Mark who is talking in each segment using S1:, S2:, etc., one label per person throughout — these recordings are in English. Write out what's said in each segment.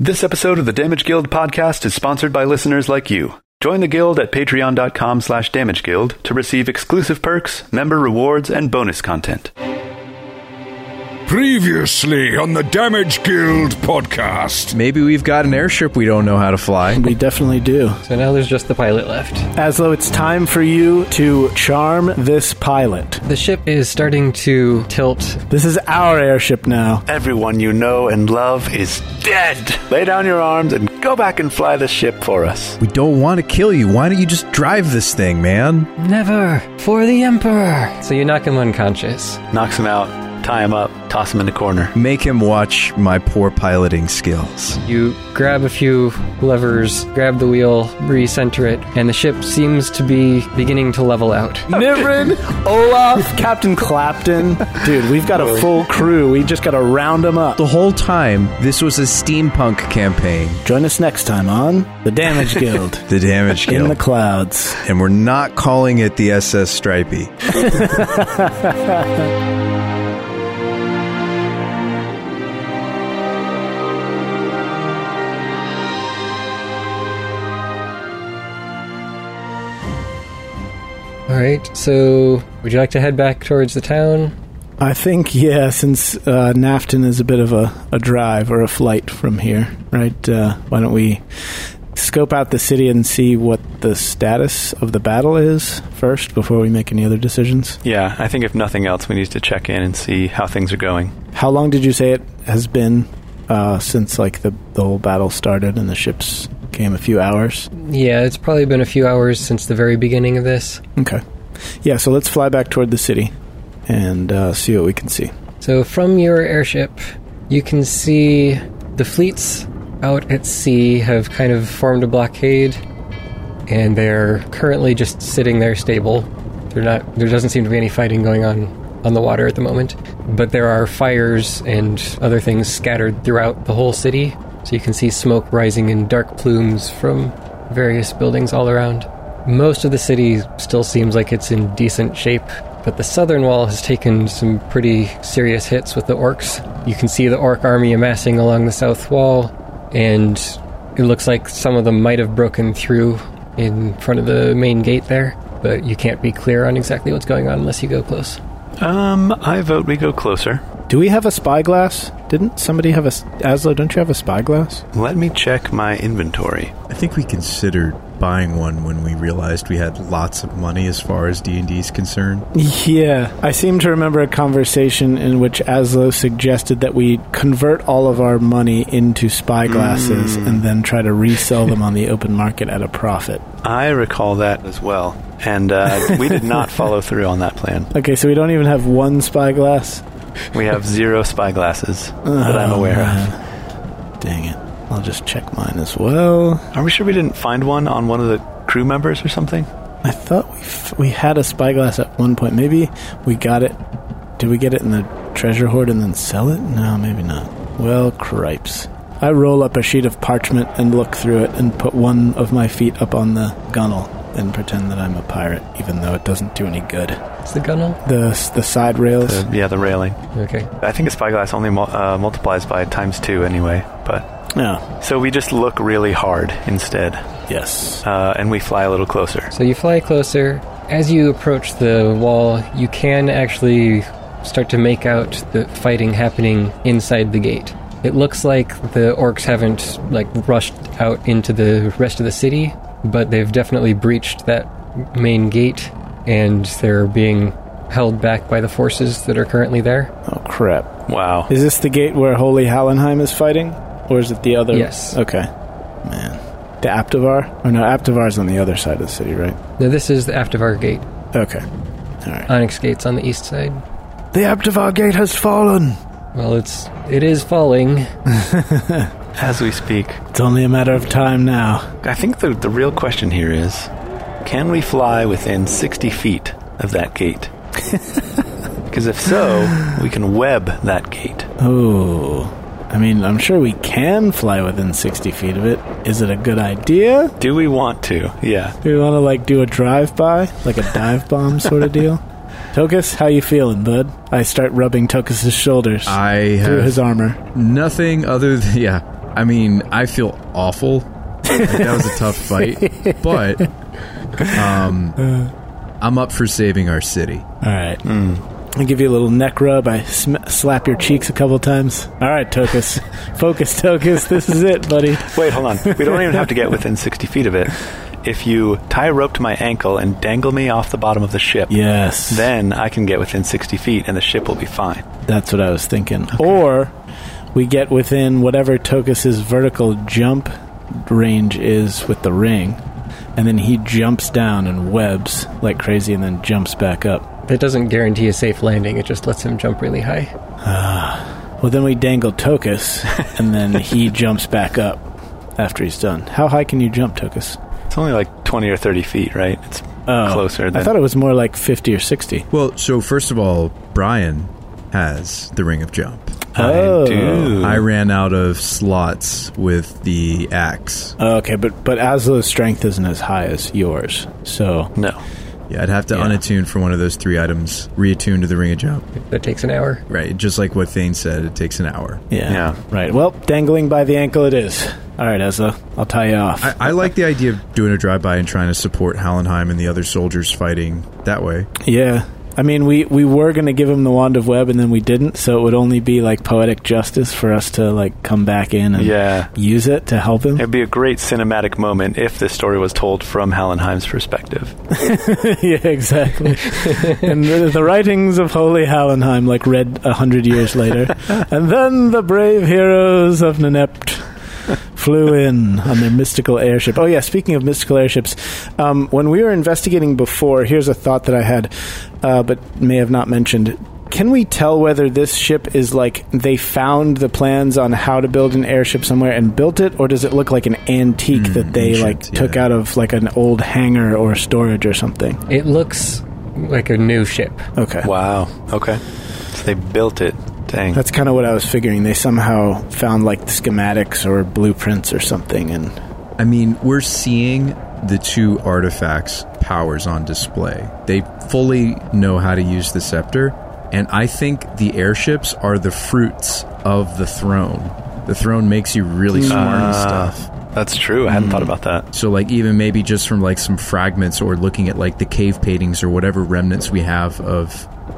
S1: This episode of the Damage Guild podcast is sponsored by listeners like you. Join the guild at patreon.com slash damage guild to receive exclusive perks, member rewards, and bonus content.
S2: Previously on the Damage Guild podcast.
S3: Maybe we've got an airship we don't know how to fly.
S4: We definitely do.
S5: So now there's just the pilot left.
S4: Aslo, it's time for you to charm this pilot.
S5: The ship is starting to tilt.
S4: This is our airship now.
S1: Everyone you know and love is dead. Lay down your arms and go back and fly the ship for us.
S3: We don't want to kill you. Why don't you just drive this thing, man?
S5: Never for the Emperor. So you knock him unconscious.
S1: Knocks him out, tie him up, toss him in the corner.
S3: Make him watch my poor piloting skills.
S5: You grab a few levers, grab the wheel, recenter it, and the ship seems to be beginning to level out.
S4: Nivrin, Olaf, Captain Clapton. Dude, we've got a full crew. We just got to round them up.
S3: The whole time, this was a steampunk campaign.
S4: Join us next time on The Damage Guild
S3: The Damage
S4: in
S3: Guild.
S4: the Clouds.
S3: and we're not calling it the SS Stripey.
S5: All right. So would you like to head back towards the town?
S4: I think, yeah, since uh, Nafton is a bit of a, a drive or a flight from here, right? Uh, why don't we scope out the city and see what the status of the battle is first before we make any other decisions?
S1: Yeah, I think if nothing else, we need to check in and see how things are going.
S4: How long did you say it has been uh, since like the the whole battle started and the ships came? A few hours.
S5: Yeah, it's probably been a few hours since the very beginning of this.
S4: Okay. Yeah. So let's fly back toward the city and uh, see what we can see.
S5: So from your airship, you can see the fleets out at sea have kind of formed a blockade, and they're currently just sitting there stable. They're not. There doesn't seem to be any fighting going on on the water at the moment, but there are fires and other things scattered throughout the whole city. So you can see smoke rising in dark plumes from various buildings all around. Most of the city still seems like it's in decent shape, but the southern wall has taken some pretty serious hits with the orcs. You can see the orc army amassing along the south wall, and it looks like some of them might have broken through in front of the main gate there, but you can't be clear on exactly what's going on unless you go close.
S1: Um, I vote we go closer.
S4: Do we have a spyglass? Didn't somebody have a s- Aslo? Don't you have a spyglass?
S1: Let me check my inventory.
S3: I think we considered buying one when we realized we had lots of money as far as D&D is concerned.
S4: Yeah, I seem to remember a conversation in which Aslo suggested that we convert all of our money into spyglasses and then try to resell them on the open market at a profit.
S1: I recall that as well. And uh, we did not follow through on that plan.
S4: Okay, so we don't even have one spyglass.
S1: We have zero spyglasses that I'm
S4: Oh,
S1: aware of.
S4: man. Dang it. I'll just check mine as well.
S1: Are we sure we didn't find one on one of the crew members or something?
S4: I thought we, f- we had a spyglass at one point. Maybe we got it. Did we get it in the treasure hoard and then sell it? No, maybe not. Well, cripes. I roll up a sheet of parchment and look through it and put one of my feet up on the gunnel and pretend that I'm a pirate, even though it doesn't do any good.
S5: It's the gunnel.
S4: The, s- the side rails.
S1: The- Uh, yeah, the railing.
S5: Okay.
S1: I think a spyglass only mul- uh, multiplies by times two anyway. But
S4: oh,
S1: so we just look really hard instead,
S4: yes.
S1: uh, and we fly a little closer.
S5: So you fly closer. As you approach the wall, you can actually start to make out the fighting happening inside the gate. It looks like the orcs haven't like rushed out into the rest of the city, but they've definitely breached that main gate and they're being held back by the forces that are currently there.
S4: Oh, crap.
S1: Wow.
S4: Is this the gate where Holy Hallenheim is fighting? Or is it the other?
S5: Yes.
S4: Okay. Man. The Aptivar? Or no, Aptivar's on the other side of the city, right?
S5: Now this is the Aftivar gate.
S4: Okay.
S5: Onyx gate's on the east side.
S4: The Aptivar gate has fallen!
S5: Well, it's it is falling.
S1: As we speak,
S4: It's only a matter of time now.
S1: I think the the real question here is, can we fly within sixty feet of that gate? Because if so, we can web that gate.
S4: Ooh. I mean, I'm sure we can fly within 60 feet of it. Is it a good idea?
S1: Do we want to? Yeah.
S4: Do we want to, like, do a drive by? Like a dive bomb sort of deal? Tokus, how you feeling, bud? I start rubbing Tokus's shoulders
S3: I
S4: through
S3: have
S4: his armor.
S3: nothing other than yeah I mean, I feel awful. Like, that was a tough fight, but um, I'm up for saving our city.
S4: All right. I give you a little neck rub. I sm- slap your cheeks a couple times. All right, Tokus. Focus, Tokus. This is it, buddy.
S1: Wait, hold on. We don't even have to get within 60 feet of it. If you tie a rope to my ankle and dangle me off the bottom of the ship,
S4: Yes.
S1: then I can get within 60 feet and the ship will be fine.
S4: That's what I was thinking. Or we get within whatever Tokus's vertical jump range is with the ring, and then he jumps down and webs like crazy and then jumps back up.
S5: That doesn't guarantee a safe landing, it just lets him jump really high.
S4: Well, then we dangle Tokus, and then he jumps back up after he's done. How high can you jump, Tokus?
S1: It's only like 20 or 30 feet, right? It's
S4: Oh,
S1: closer than.
S4: I thought it was more like 50 or 60.
S3: Well, so first of all, Brian has the ring of jump.
S4: oh.
S1: do.
S3: I ran out of slots with the axe.
S4: Oh. Okay, but but Aslo's strength isn't as high as yours, so
S1: no.
S3: Yeah, I'd have to
S4: Yeah.
S3: unattune for one of those three items, reattune to the ring of jump.
S5: That takes an hour.
S3: Right, just like what Thane said, it takes an hour.
S4: yeah,
S1: Yeah.
S4: right. Well, dangling by the ankle, it is. All right, Aslo, I'll tie you off.
S3: I, I like the idea of doing a drive-by and trying to support Hallenheim and the other soldiers fighting that way.
S4: Yeah. I mean, we, we were going to give him the Wand of Web, and then we didn't, so it would only be, like, poetic justice for us to, like, come back in and
S1: Yeah.
S4: use it to help him.
S1: It'd be a great cinematic moment if this story was told from Hallenheim's perspective.
S4: yeah, exactly. and the, the writings of Holy Hallenheim, like, read a hundred years later. and then the brave heroes of Nenept flew in on their mystical airship. Oh, yeah, speaking of mystical airships, um, when we were investigating before, here's a thought that I had, uh, but may have not mentioned. Can we tell whether this ship is like they found the plans on how to build an airship somewhere and built it, or does it look like an antique that they
S3: Hmm, ancient,
S4: like took
S3: yeah.
S4: out of like an old hangar or storage or something?
S5: It looks like a new ship.
S4: Okay.
S1: Wow. Okay. So they built it. Dang.
S4: That's kind of what I was figuring. They somehow found like schematics or blueprints or something, and
S3: I mean, we're seeing the two artifacts' powers on display. They fully know how to use the scepter, and I think the airships are the fruits of the throne. The throne makes you really smart and stuff.
S1: That's true. I hadn't thought about that.
S3: So like even maybe just from like some fragments or looking at like the cave paintings or whatever remnants we have of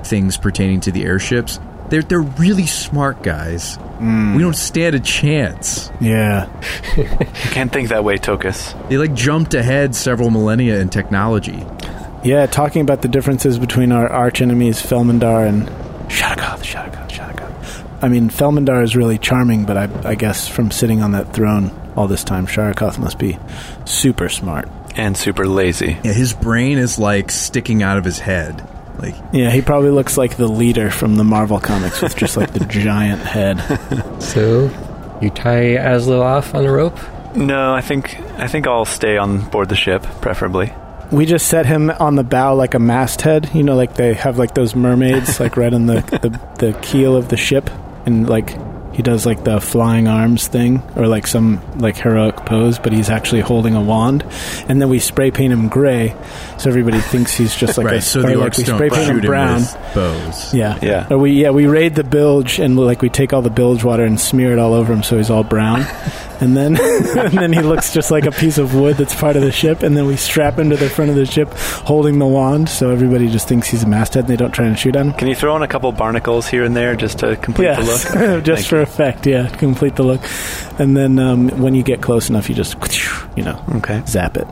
S3: things pertaining to the airships, they're they're really smart guys. We don't stand a chance.
S4: yeah,
S1: You can't think that way, Tokus.
S3: They like jumped ahead several millennia in technology.
S4: yeah. Talking about the differences between our arch enemies, Felmandar and Shadagoth, Shadagoth, Shadagoth. I mean, Felmandar is really charming, but I, I guess from sitting on that throne all this time, Shadagoth must be super smart.
S1: And super lazy.
S3: Yeah, his brain is like sticking out of his head. Like
S4: Yeah, he probably looks like the leader from the Marvel comics with just like the giant head.
S5: So you tie Aslo off on a rope.
S1: No, I think I think I'll stay on board the ship, preferably.
S4: We just set him on the bow like a masthead. You know, like they have like those mermaids like right on the, the, the keel of the ship, and like he does like the flying arms thing or like some like heroic pose, but he's actually holding a wand. And then we spray paint him gray, so everybody thinks he's just like
S3: right,
S4: a
S3: so
S4: or,
S3: the
S4: like
S3: orcs
S4: we
S3: don't
S4: spray paint
S3: shoot
S4: him brown.
S3: with bows.
S4: yeah,
S1: Yeah.
S4: Or we yeah we raid the bilge and like we take all the bilge water and smear it all over him so he's all brown, and then and then he looks just like a piece of wood that's part of the ship. And then we strap him to the front of the ship holding the wand so everybody just thinks he's a masthead and they don't try and shoot at him.
S1: Can you throw in a couple barnacles here and there just to complete
S4: Yes,
S1: the look? Okay,
S4: just
S1: thank
S4: for effect. Yeah, complete the look. And then um, when you get close enough, you just you know
S1: you. Okay.
S4: zap it.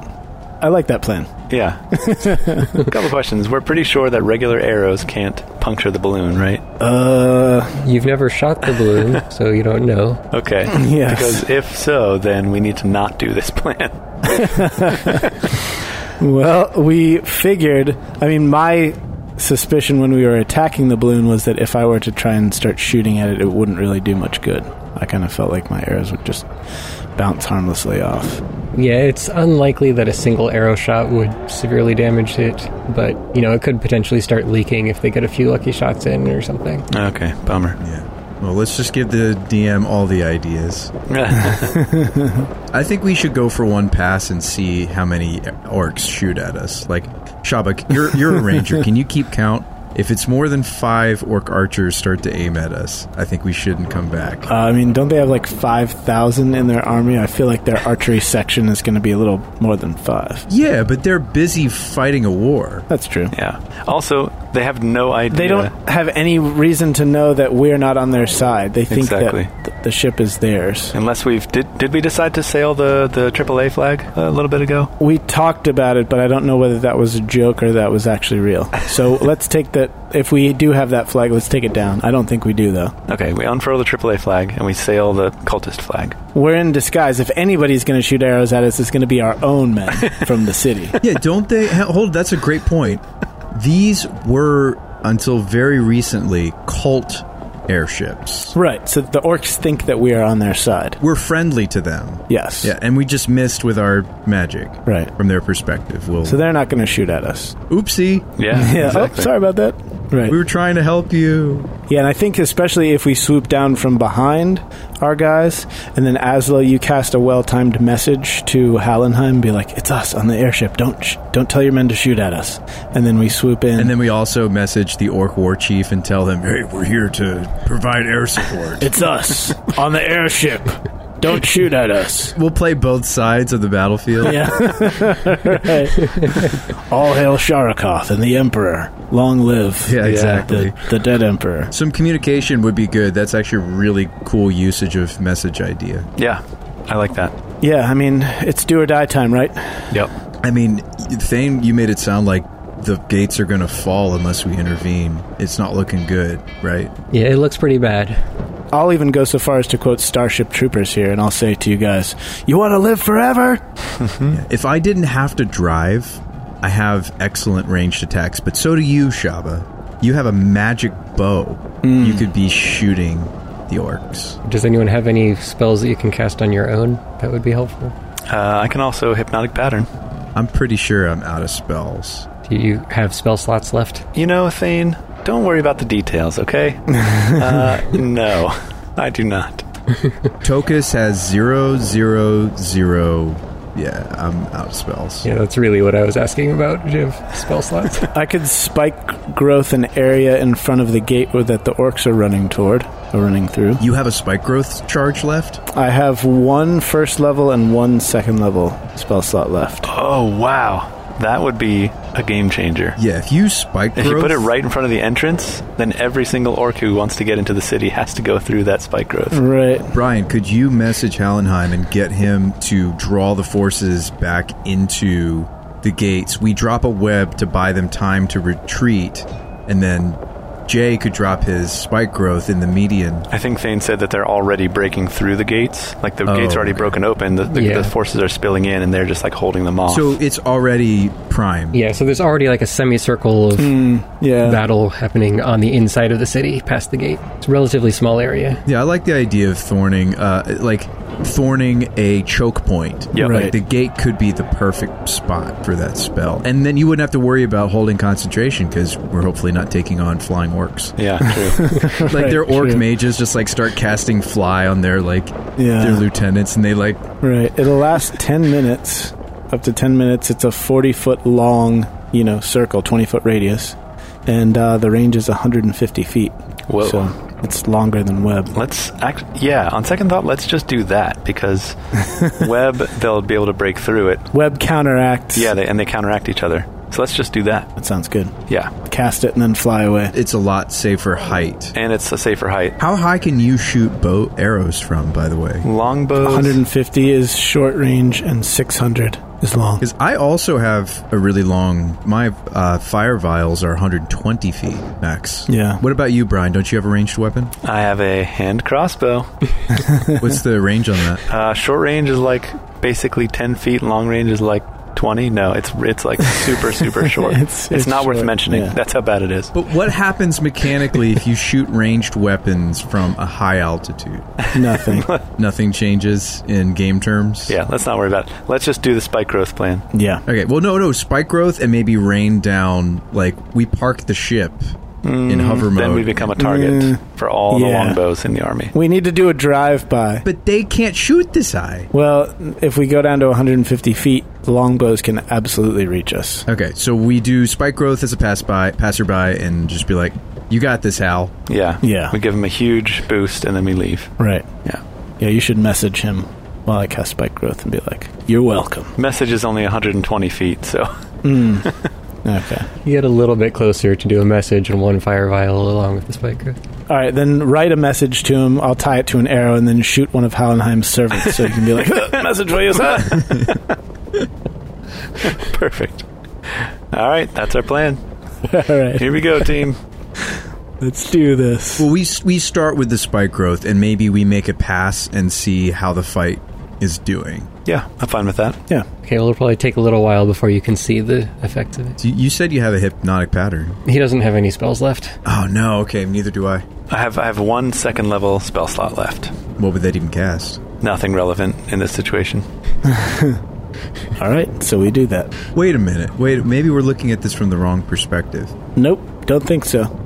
S4: I like that plan.
S1: Yeah. a couple questions. We're pretty sure that regular arrows can't puncture the balloon, right?
S4: Uh,
S5: You've never shot the balloon, so you don't know.
S1: Okay.
S4: Yes.
S1: Because if so, then we need to not do this plan.
S4: Well, we figured. I mean, my suspicion when we were attacking the balloon was that if I were to try and start shooting at it, it wouldn't really do much good. I kind of felt like my arrows would just bounce harmlessly off.
S5: Yeah, it's unlikely that a single arrow shot would severely damage it, but you know, it could potentially start leaking if they get a few lucky shots in or something.
S1: Okay. Bummer.
S3: Yeah. Well, let's just give the DM all the ideas. I think we should go for one pass and see how many orcs shoot at us. Like Shabak, you're you're a ranger. Can you keep count? If it's more than five orc archers start to aim at us, I think we shouldn't come back.
S4: Uh, I mean, don't they have like 5,000 in their army? I feel like their archery section is going to be a little more than five.
S3: Yeah, but they're busy fighting a war.
S4: That's true.
S1: Yeah. Also, they have no idea.
S4: They don't have any reason to know that we're not on their side. They think
S1: Exactly.
S4: that th- the ship is theirs.
S1: Unless we've did, did we decide to sail the the AAA flag a little bit ago?
S4: We talked about it, but I don't know whether that was a joke or that was actually real. So let's take that. If we do have that flag, let's take it down. I don't think we do, though.
S1: Okay, we unfurl the AAA flag and we sail the cultist flag.
S4: We're in disguise. If anybody's going to shoot arrows at us, it's going to be our own men from the city.
S3: Yeah, don't they? ha- Hold, that's a great point. These were, until very recently, cult airships.
S4: Right. So the orcs think that we are on their side.
S3: We're friendly to them.
S4: Yes.
S3: Yeah, and we just missed with our magic.
S4: Right.
S3: From their perspective. We'll,
S4: So they're not going to shoot at us.
S3: oopsie.
S1: Yeah,
S4: Yeah.
S1: exactly.
S4: Oh, sorry about that. Right.
S3: We were trying to help you.
S4: Yeah, and I think especially if we swoop down from behind our guys, and then Aslo, you cast a well-timed message to Hallenheim, be like, "It's us on the airship. Don't sh- don't tell your men to shoot at us." And then we swoop in.
S3: And then we also message the orc war chief and tell him, hey, we're here to provide air support.
S4: it's us on the airship. Don't shoot at us.
S3: we'll play both sides of the battlefield.
S4: Yeah. Right. All hail Sharikoth and the Emperor. Long live.
S3: Yeah, exactly.
S4: The, the dead Emperor.
S3: Some communication would be good. That's actually a really cool usage of message idea.
S1: yeah, I like that.
S4: Yeah, I mean, it's do or die time, right?
S1: Yep.
S3: I mean, Thane, you made it sound like the gates are going to fall unless we intervene. It's not looking good, right?
S5: Yeah, it looks pretty bad.
S4: I'll even go so far as to quote Starship Troopers here, and I'll say to you guys, You want to live forever?
S3: If I didn't have to drive, I have excellent ranged attacks, but so do you, Shaba. You have a magic bow.
S1: Hmm.
S3: You could be shooting the orcs.
S5: Does anyone have any spells that you can cast on your own? That would be helpful.
S1: Uh, I can also hypnotic pattern.
S3: I'm pretty sure I'm out of spells.
S5: Do you have spell slots left?
S1: You know, Thane, don't worry about the details, okay? uh, no, I do not.
S3: Tokus has zero, zero, zero. Yeah, I'm out of spells.
S5: Yeah, that's really what I was asking about. Do you have spell slots?
S4: I could spike growth an area in front of the gate where that the orcs are running toward or running through.
S3: You have a spike growth charge left?
S4: I have one first level and one second level spell slot left.
S1: Oh wow, that would be a game changer.
S3: Yeah, if you spike
S1: If
S3: growth,
S1: you put it right in front of the entrance, then every single orc who wants to get into the city has to go through that spike growth.
S4: Right.
S3: Brian, could you message Hallenheim and get him to draw the forces back into the gates? We drop a web to buy them time to retreat, and then Jay could drop his spike growth in the median.
S1: I think Thane said that they're already breaking through the gates. Like the
S3: Oh,
S1: gates are already
S3: okay.
S1: broken open. The, the,
S5: Yeah.
S1: the forces are spilling in, and they're just like holding them off.
S3: So it's already prime.
S5: yeah, so there's already like a semicircle of
S4: Yeah.
S5: battle happening on the inside of the city, past the gate. It's a relatively small area.
S3: Yeah, I like the idea of thorning, uh, like thorning a choke point.
S1: Yeah.
S3: like
S4: Right.
S3: the gate could be the perfect spot for that spell, and then you wouldn't have to worry about holding concentration because we're hopefully not taking on flying orcs.
S1: yeah, true.
S3: like
S4: Right,
S3: their orc
S4: true.
S3: mages just like start casting fly on their like
S4: Yeah.
S3: their lieutenants and they like
S4: right. It'll last 10 minutes. Up to 10 minutes. It's a 40 foot long, you know, circle, 20 foot radius. And uh, the range is 150 feet.
S1: Whoa.
S4: So it's longer than web.
S1: let's act. Yeah, on second thought, let's just do that because web they'll be able to break through it.
S4: Web counteracts.
S1: Yeah, they, and they counteract each other. So let's just do that.
S4: That sounds good.
S1: Yeah,
S4: Cast it and then fly away.
S3: it's a lot safer height.
S1: and it's a safer height.
S3: How high can you shoot bow arrows from by the way?
S1: Longbows.
S4: 150 is short range and 600 is long.
S3: Cuz I also have a really long my uh, fire vials are 120 feet max.
S4: Yeah.
S3: What about you Brian? Don't you have a ranged weapon?
S1: I have a hand crossbow.
S3: What's the range on that?
S1: Uh, short range is like basically 10 feet. Long range is like 20. No, it's it's like super super short.
S4: It's-
S1: it's,
S4: it's
S1: not worth
S4: short,
S1: mentioning.
S4: yeah.
S1: That's how bad it is.
S3: But what happens mechanically if you shoot ranged weapons from a high altitude?
S4: Nothing.
S3: Nothing changes in game terms.
S1: Yeah, let's not worry about it. Let's just do the spike growth plan.
S4: yeah.
S3: Okay, well, no, no, spike growth and maybe rain down. Like, we park the ship in hover mode.
S1: Then we become a target
S4: Mm.
S1: for all the
S4: Yeah.
S1: longbows in the army.
S4: We need to do a drive by.
S3: but they can't shoot this eye.
S4: Well, if we go down to 150 feet, the longbows can absolutely reach us.
S3: Okay, so we do spike growth as a pass by, passerby, and just be like, "You got this, Hal."
S1: Yeah.
S4: Yeah.
S1: We give them a huge boost and then we leave.
S4: Right.
S1: Yeah.
S4: Yeah, you should message him while I cast spike growth and be like, "You're welcome."
S1: Message is only 120 feet, so
S4: Okay.
S5: You get a little bit closer to do a message and one fire vial along with the spike growth.
S4: All right, then write a message to him. I'll tie it to an arrow and then shoot one of Hallenheim's servants, so you can be like, "Huh, "Message for you, sir."
S1: perfect. All right, that's our plan.
S4: All right,
S1: Here we go, team.
S4: let's do this.
S3: Well, we s- we start with the spike growth, and maybe we make a pass and see how the fight is doing.
S1: Yeah, I'm fine with that.
S4: Yeah.
S5: Okay, well, it'll probably take a little while before you can see the effects of it.
S3: So you said you have a hypnotic pattern.
S5: He doesn't have any spells left.
S3: Oh no, okay, neither do I.
S1: I have I have one second level spell slot left.
S3: What would that even cast?
S1: Nothing relevant in this situation.
S4: All right, so we do that.
S3: Wait a minute. Wait, maybe we're looking at this from the wrong perspective.
S4: Nope, don't think so.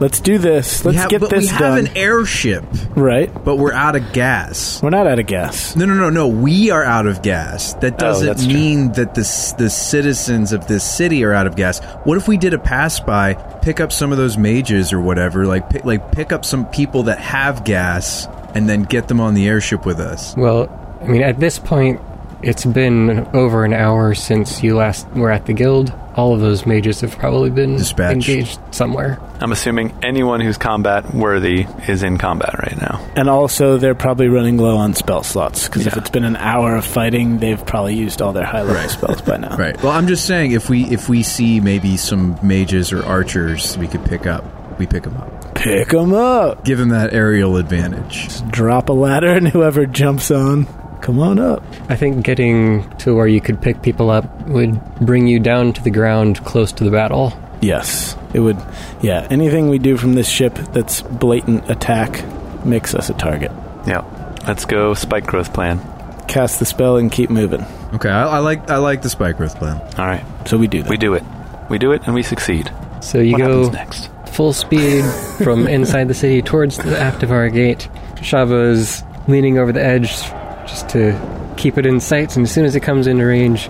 S4: Let's do this. Let's
S3: We ha-
S4: get
S3: but
S4: this
S3: we have
S4: done.
S3: an airship,
S4: right?
S3: but we're out of gas.
S4: We're not out of gas.
S3: No, no, no, no. We are out of gas. That doesn't
S1: Oh, that's true.
S3: mean that the s- the citizens of this city are out of gas. What if we did a pass by, pick up some of those mages or whatever, like pick, like pick up some people that have gas, and then get them on the airship with us?
S5: Well, I mean, at this point, it's been over an hour since you last were at the guild. All of those mages have probably been
S3: Dispatched.
S5: engaged somewhere.
S1: I'm assuming anyone who's combat worthy is in combat right now.
S4: And also, they're probably running low on spell slots because if
S1: Yeah.
S4: it's been an hour of fighting, they've probably used all their high level spells by now.
S3: Right. Well, I'm just saying if we if we see maybe some mages or archers, we could pick up. We pick them up.
S4: Pick them up.
S3: Give them that aerial advantage.
S4: Drop a ladder, and whoever jumps on, come on up.
S5: I think getting to where you could pick people up would bring you down to the ground close to the battle.
S4: Yes, it would. Yeah, anything we do from this ship that's blatant attack makes us a target.
S1: Yeah. Let's go spike growth plan.
S4: Cast the spell and keep moving.
S3: Okay, I, I like I like the spike growth plan.
S1: All right.
S4: So we do that.
S1: We do it. We do it and we succeed.
S5: So you
S1: what
S5: go
S1: happens next?
S5: full speed from inside the city towards the Aptivar gate. Shava's leaning over the edge just to keep it in sight, and as soon as it comes into range,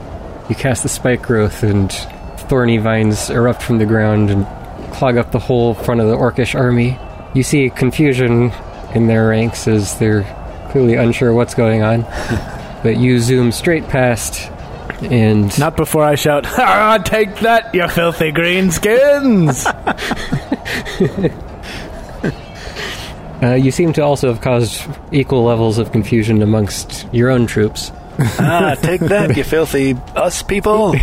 S5: you cast the spike growth, and thorny vines erupt from the ground and clog up the whole front of the orcish army. You see confusion in their ranks as they're clearly unsure what's going on, but you zoom straight past and
S4: Not before I shout, "Ah, take that, you filthy greenskins!
S5: Uh, you seem to also have caused equal levels of confusion amongst your own troops,
S1: ah, take that, you filthy us people.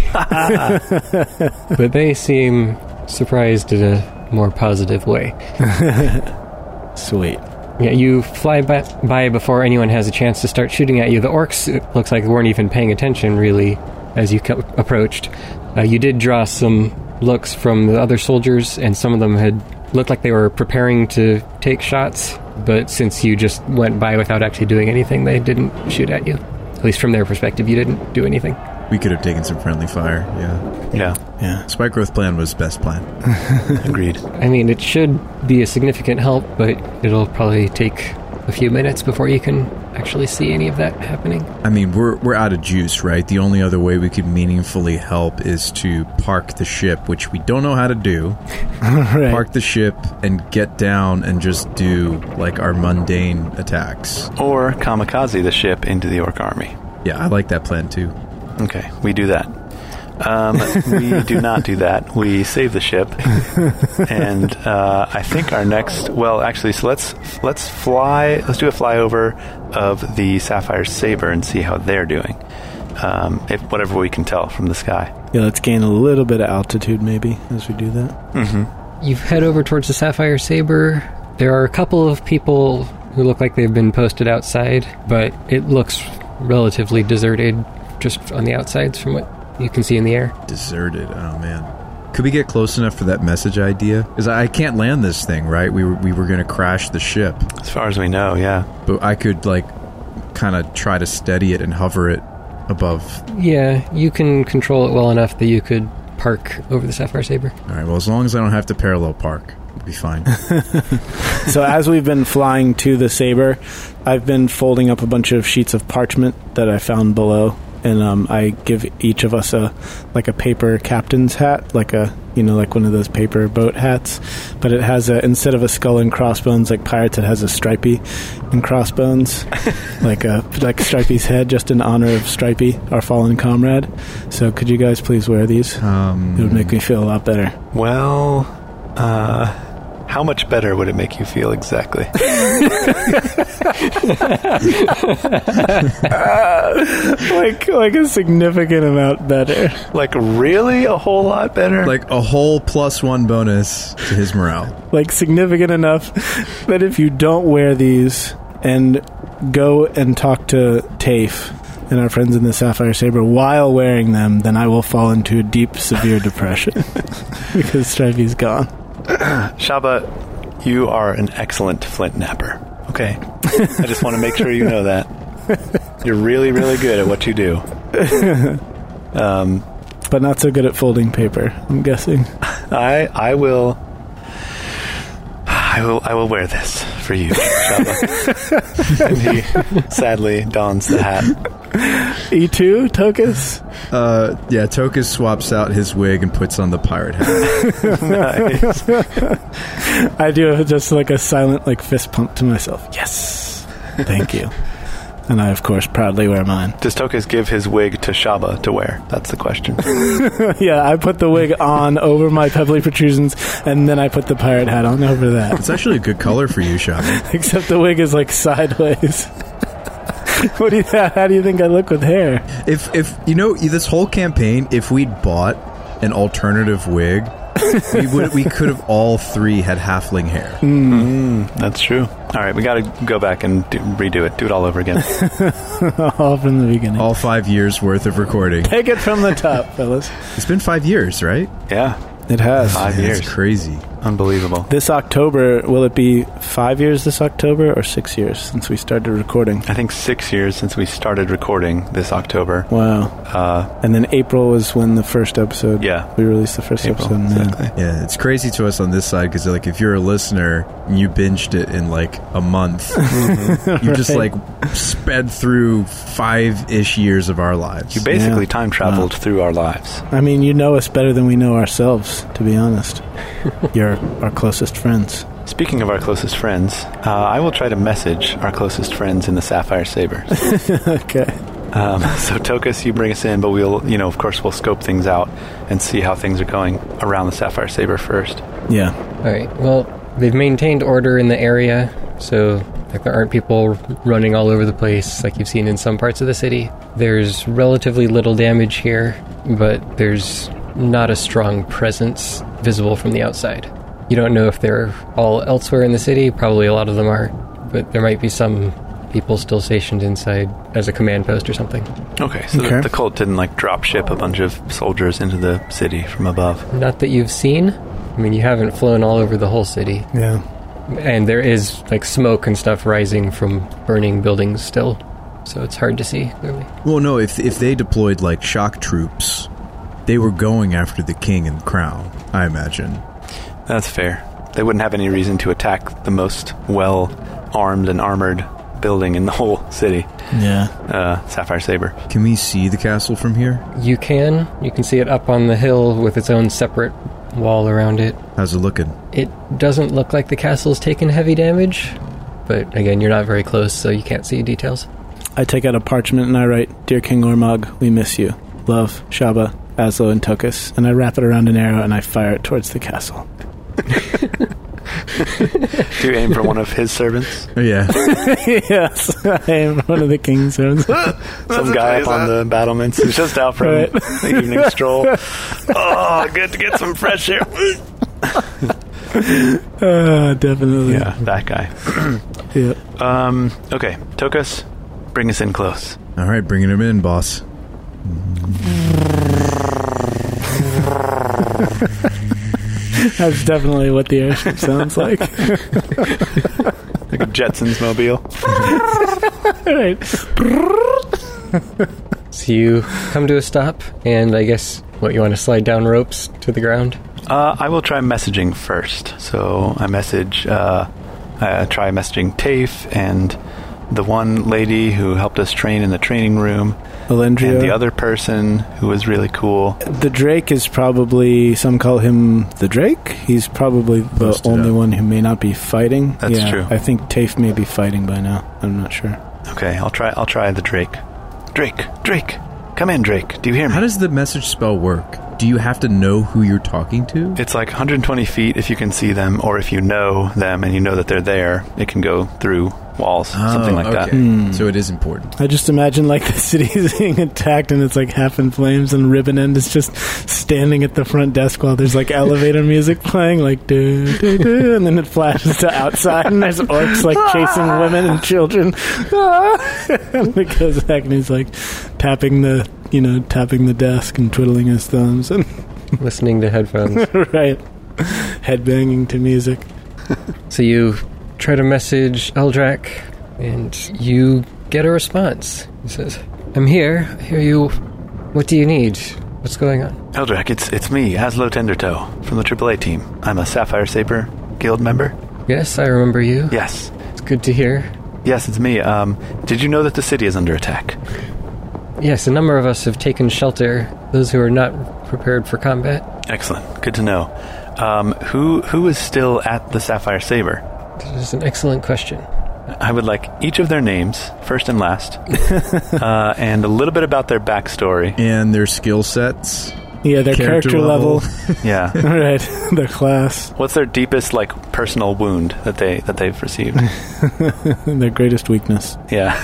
S5: but they seem surprised in a more positive way.
S4: Sweet.
S5: Yeah, you fly by, by before anyone has a chance to start shooting at you. The orcs it looks like weren't even paying attention really as you co- approached. Uh, you did draw some looks from the other soldiers, and some of them had looked like they were preparing to take shots. But since you just went by without actually doing anything, they didn't shoot at you. At least from their perspective, you didn't do anything.
S3: We could have taken some friendly fire. Yeah.
S1: yeah.
S4: Yeah.
S3: Spike growth plan was best plan.
S1: Agreed.
S5: I mean, it should be a significant help, but it'll probably take a few minutes before you can actually see any of that happening.
S3: I mean, we're we're out of juice, right? The only other way we could meaningfully help is to park the ship, which we don't know how to do.
S4: Right.
S3: Park the ship and get down and just do like our mundane attacks.
S1: Or kamikaze the ship into the orc army.
S3: Yeah, I like that plan too.
S1: Okay, we do that. Um, we do not do that. We save the ship, and uh, I think our next. Well, actually, so let's let's fly. Let's do a flyover of the Sapphire Saber and see how they're doing. Um, if whatever we can tell from the sky.
S4: Yeah, let's gain a little bit of altitude maybe as we do that.
S5: You head over towards the Sapphire Saber. There are a couple of people who look like they've been posted outside, but it looks relatively deserted just on the outsides from what you can see in the air.
S3: Deserted. Oh man. Could we get close enough for that message idea? Because I I can't land this thing, right? We were, we were going to crash the ship,
S1: As far as we know, yeah.
S3: but I could like kind of try to steady it and hover it above
S5: Yeah, you can control it well enough that you could park over the Sapphire Saber.
S3: All right. Well, as long as I don't have to parallel park. We'll be fine.
S4: so as we've been flying to the saber, I've been folding up a bunch of sheets of parchment that I found below, and um, I give each of us a like a paper captain's hat, like a you know like one of those paper boat hats, but it has a instead of a skull and crossbones like pirates, it has a stripey and crossbones, like a like Stripey's head, just in honor of Stripey, our fallen comrade. So could you guys please wear these?
S3: Um,
S4: It would make me feel a lot better.
S1: Well, uh, how much better would it make you feel exactly?
S4: like like a significant amount better.
S1: like, really a whole lot better?
S3: like a whole plus one bonus to his morale.
S4: Like significant enough that if you don't wear these and go and talk to TAFE and our friends in the Sapphire Saber while wearing them, then I will fall into a deep, severe depression because Stripey's gone.
S1: Shaba, you are an excellent flint napper. Okay. I just want to make sure you know that. You're really, really good at what you do. Um,
S4: But not so good at folding paper, I'm guessing.
S1: I I will I will I will wear this for you, Shaba. and he sadly dons the hat.
S4: E2, Tokus?
S3: Uh, yeah, Tokus swaps out his wig and puts on the pirate hat.
S1: Nice.
S4: I do just like a silent like fist pump to myself. Yes. Thank you. and I of course proudly wear mine.
S1: Does Tokus give his wig to Shaba to wear? That's the question.
S4: Yeah, I put the wig on over my pebbly protrusions, and then I put the pirate hat on over that.
S3: It's actually a good color for you, Shaman.
S4: Except the wig is like sideways. what do you? How do you think I look with hair?
S3: If if you know this whole campaign, if we'd bought an alternative wig, we would we could have all three had halfling hair.
S1: That's true. All right, we got to go back and do, redo it. Do it all over again.
S4: Oh, All from the beginning.
S3: All five years worth of recording.
S4: Take it from the top, fellas.
S3: It's been five years, right?
S1: Yeah.
S4: It has.
S1: Five
S3: Man,
S1: years.
S3: That's crazy.
S1: Unbelievable.
S4: This October, will it be five years this October or six years since we started recording?
S1: I think six years since we started recording this October.
S4: Wow.
S1: Uh,
S4: And then April was when the first episode.
S1: yeah.
S4: We released the first
S1: April.
S4: episode. and then-
S1: Exactly.
S3: Yeah, it's crazy to us on this side because like if you're a listener and you binged it in like a month, you just like
S4: Right.
S3: sped through five ish years of our lives.
S1: You basically
S4: Yeah.
S1: time traveled through our lives.
S4: I mean, you know us better than we know ourselves, to be honest. You're our closest friends.
S1: Speaking of our closest friends, uh, I will try to message our closest friends in the Sapphire Sabers.
S4: Okay.
S1: Um, so Tokus, you bring us in, but we'll, you know, of course, we'll scope things out and see how things are going around the Sapphire Saber first.
S4: Yeah.
S5: All right. Well, they've maintained order in the area, so like there aren't people running all over the place like you've seen in some parts of the city. There's relatively little damage here, but there's not a strong presence visible from the outside. You don't know if they're all elsewhere in the city. Probably a lot of them are, but there might be some people still stationed inside as a command post or something.
S1: Okay. So
S4: Okay.
S1: The, the cult didn't like drop ship a bunch of soldiers into the city from above.
S5: Not that you've seen. I mean, you haven't flown all over the whole city.
S4: Yeah.
S5: and there is like smoke and stuff rising from burning buildings still so it's hard to see clearly
S3: Well, no, if if they deployed like shock troops, they were going after the king and crown. I imagine.
S1: That's fair. They wouldn't have any reason to attack the most well armed and armored building in the whole city,
S4: Yeah.
S1: uh, Sapphire Saber.
S3: Can we see the castle from here?
S5: you can you can see it up on the hill with its own separate wall around it
S3: How's it looking?
S5: it doesn't look like the castle's taken heavy damage but again you're not very close so you can't see details
S4: I take out a parchment and I write, "Dear King Ormog, we miss you. Love, Shaba, Aslo, and Tokus." And I wrap it around an arrow and I fire it towards the castle.
S1: Do you aim for one of his servants?
S3: Oh, yeah,
S4: yes, I am one of the king's servants.
S1: Some guy up on the battlements who's just out from
S4: Right.
S1: the evening stroll. Oh, good to get some fresh air.
S4: uh, definitely.
S1: yeah, that guy.
S4: Yeah.
S1: Um, okay, Tokus, bring us in close.
S3: all right, bringing him in, boss.
S4: That's definitely what the airship sounds like.
S1: Like a Jetsons mobile.
S4: right.
S5: so you come to a stop and i guess what you want to slide down ropes to the ground
S1: Uh, I will try messaging first. So I message, uh, I try messaging TAFE and the one lady who helped us train in the training room,
S4: Elendrio.
S1: and the other person who was really cool.
S4: The Drake is probably some call him the Drake. He's probably the
S3: Close to
S4: only
S3: that.
S4: one who may not be fighting.
S1: That's
S4: yeah,
S1: true.
S4: I think Tafe may be fighting by now. I'm not sure.
S1: Okay, I'll try. I'll try the Drake. Drake, Drake, come in, Drake. Do you hear me?
S3: How does the message spell work? Do you have to know who you're talking to?
S1: It's like 120 feet if you can see them, or if you know them and you know that they're there, it can go through walls, something like
S3: Oh, okay.
S1: that.
S3: So it is important.
S4: I just imagine like the city is being attacked and it's like half in flames and Ribbon End is just standing at the front desk while there's like elevator music playing like do do do and then it flashes to outside and there's orcs like chasing women and children. and it goes back and he's like tapping the you know tapping the desk and twiddling his thumbs and
S5: listening to headphones.
S4: right headbanging to music.
S5: so you try to message Eldrak, and you get a response. He says, "I'm here. I hear you. What do you need? What's going on?"
S1: Eldrak, it's it's me, Aslo Tendertoe, from the AAA team. I'm a Sapphire Saber Guild member.
S5: Yes, I remember you.
S1: Yes,
S5: It's good to hear.
S1: yes, it's me. Um, did you know that the city is under attack?
S5: Yes, a number of us have taken shelter. Those who are not prepared for combat.
S1: Excellent, good to know. Um, who who is still at the Sapphire Saber?
S5: That is an excellent question.
S1: I would like each of their names, first and last, uh, and a little bit about their backstory.
S3: And their skill sets.
S4: Yeah, their character,
S3: Character
S4: level.
S3: level.
S1: Yeah.
S4: All right, their class,
S1: What's their deepest like personal wound that they that they've received?
S4: their greatest weakness,
S1: Yeah.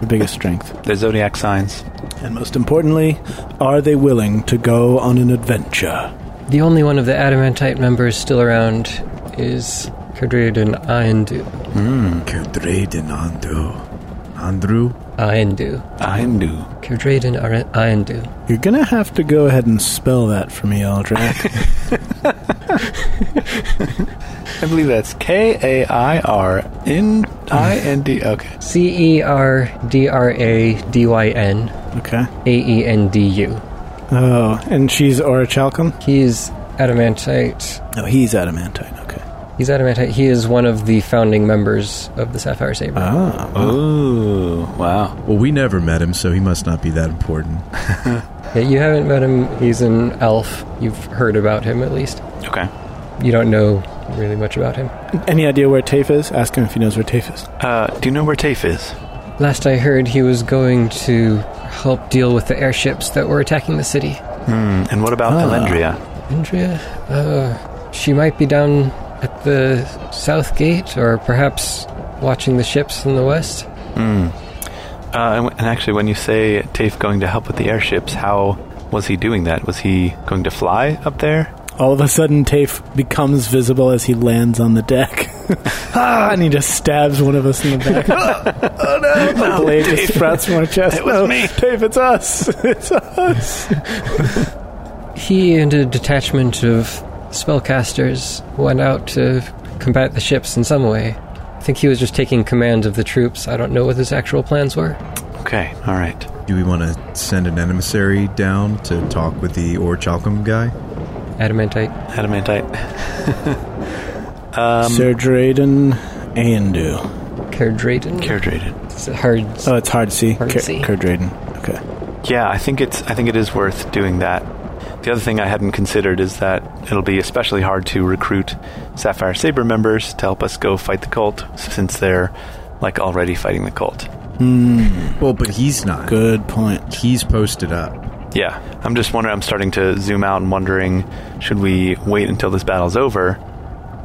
S4: their biggest strength.
S1: Their zodiac signs.
S4: And most importantly, are they willing to go on an adventure?
S5: The only one of the adamantite members still around is Kadridin Aindu.
S3: Cadreden Andrew. Andrew?
S5: Aindu.
S1: I knew.
S5: Kadridin Aindu.
S4: You're gonna have to go ahead and spell that for me, Aldrich.
S1: I believe that's K A I R N I N D. Okay.
S5: C E R D R A D Y N
S4: okay.
S5: A E N D U.
S4: Oh, and she's Aura Chalcom?
S5: He's adamantite.
S4: No, he's adamantine. Okay.
S5: He's adamantite. He is one of the founding members of the Sapphire Saber.
S4: Oh.
S1: Ooh. Wow.
S3: Well, we never met him, so he must not be that important.
S5: Yeah, you haven't met him. He's an elf. You've heard about him at least.
S1: Okay.
S5: You don't know really much about him.
S4: Any idea where Tafe is? Ask him if he knows where Tafe is.
S1: Uh, do you know where Tafe is?
S5: Last I heard, he was going to help deal with the airships that were attacking the city.
S1: Hmm. And what about
S4: Ah.
S1: Elendria?
S5: Andrea, uh, she might be down at the south gate, or perhaps watching the ships in the west.
S1: Hmm. Uh, and, w- and actually, when you say Tafe going to help with the airships, how was he doing that? Was he going to fly up there?
S4: All of a sudden, Tafe becomes visible as he lands on the deck. ah, and he just stabs one of us in the back. oh no! The blade just sprouts from our chest.
S1: It was
S4: No,
S1: me.
S4: Tafe, it's us! It's us!
S5: He and a detachment of spellcasters went out to combat the ships in some way. I think he was just taking command of the troops. I don't know what his actual plans were.
S1: Okay. All right.
S3: Do we want to send an emissary down to talk with the Orchalcum guy?
S5: Adamantite.
S1: Adamantite.
S4: Sir Drayden Andu.
S5: Kerdraden.
S1: Curated.
S5: It's hard.
S4: Oh, it's hard C.
S5: Hard C.
S4: Drayden. Okay.
S1: Yeah, I think it's I think it is worth doing that. The other thing I hadn't considered is that it'll be especially hard to recruit Sapphire Saber members to help us go fight the cult since they're like already fighting the cult.
S3: Well, but he's not.
S4: Good point.
S3: He's posted up.
S1: Yeah, I'm just wondering I'm starting to zoom out and wondering should we wait until this battle's over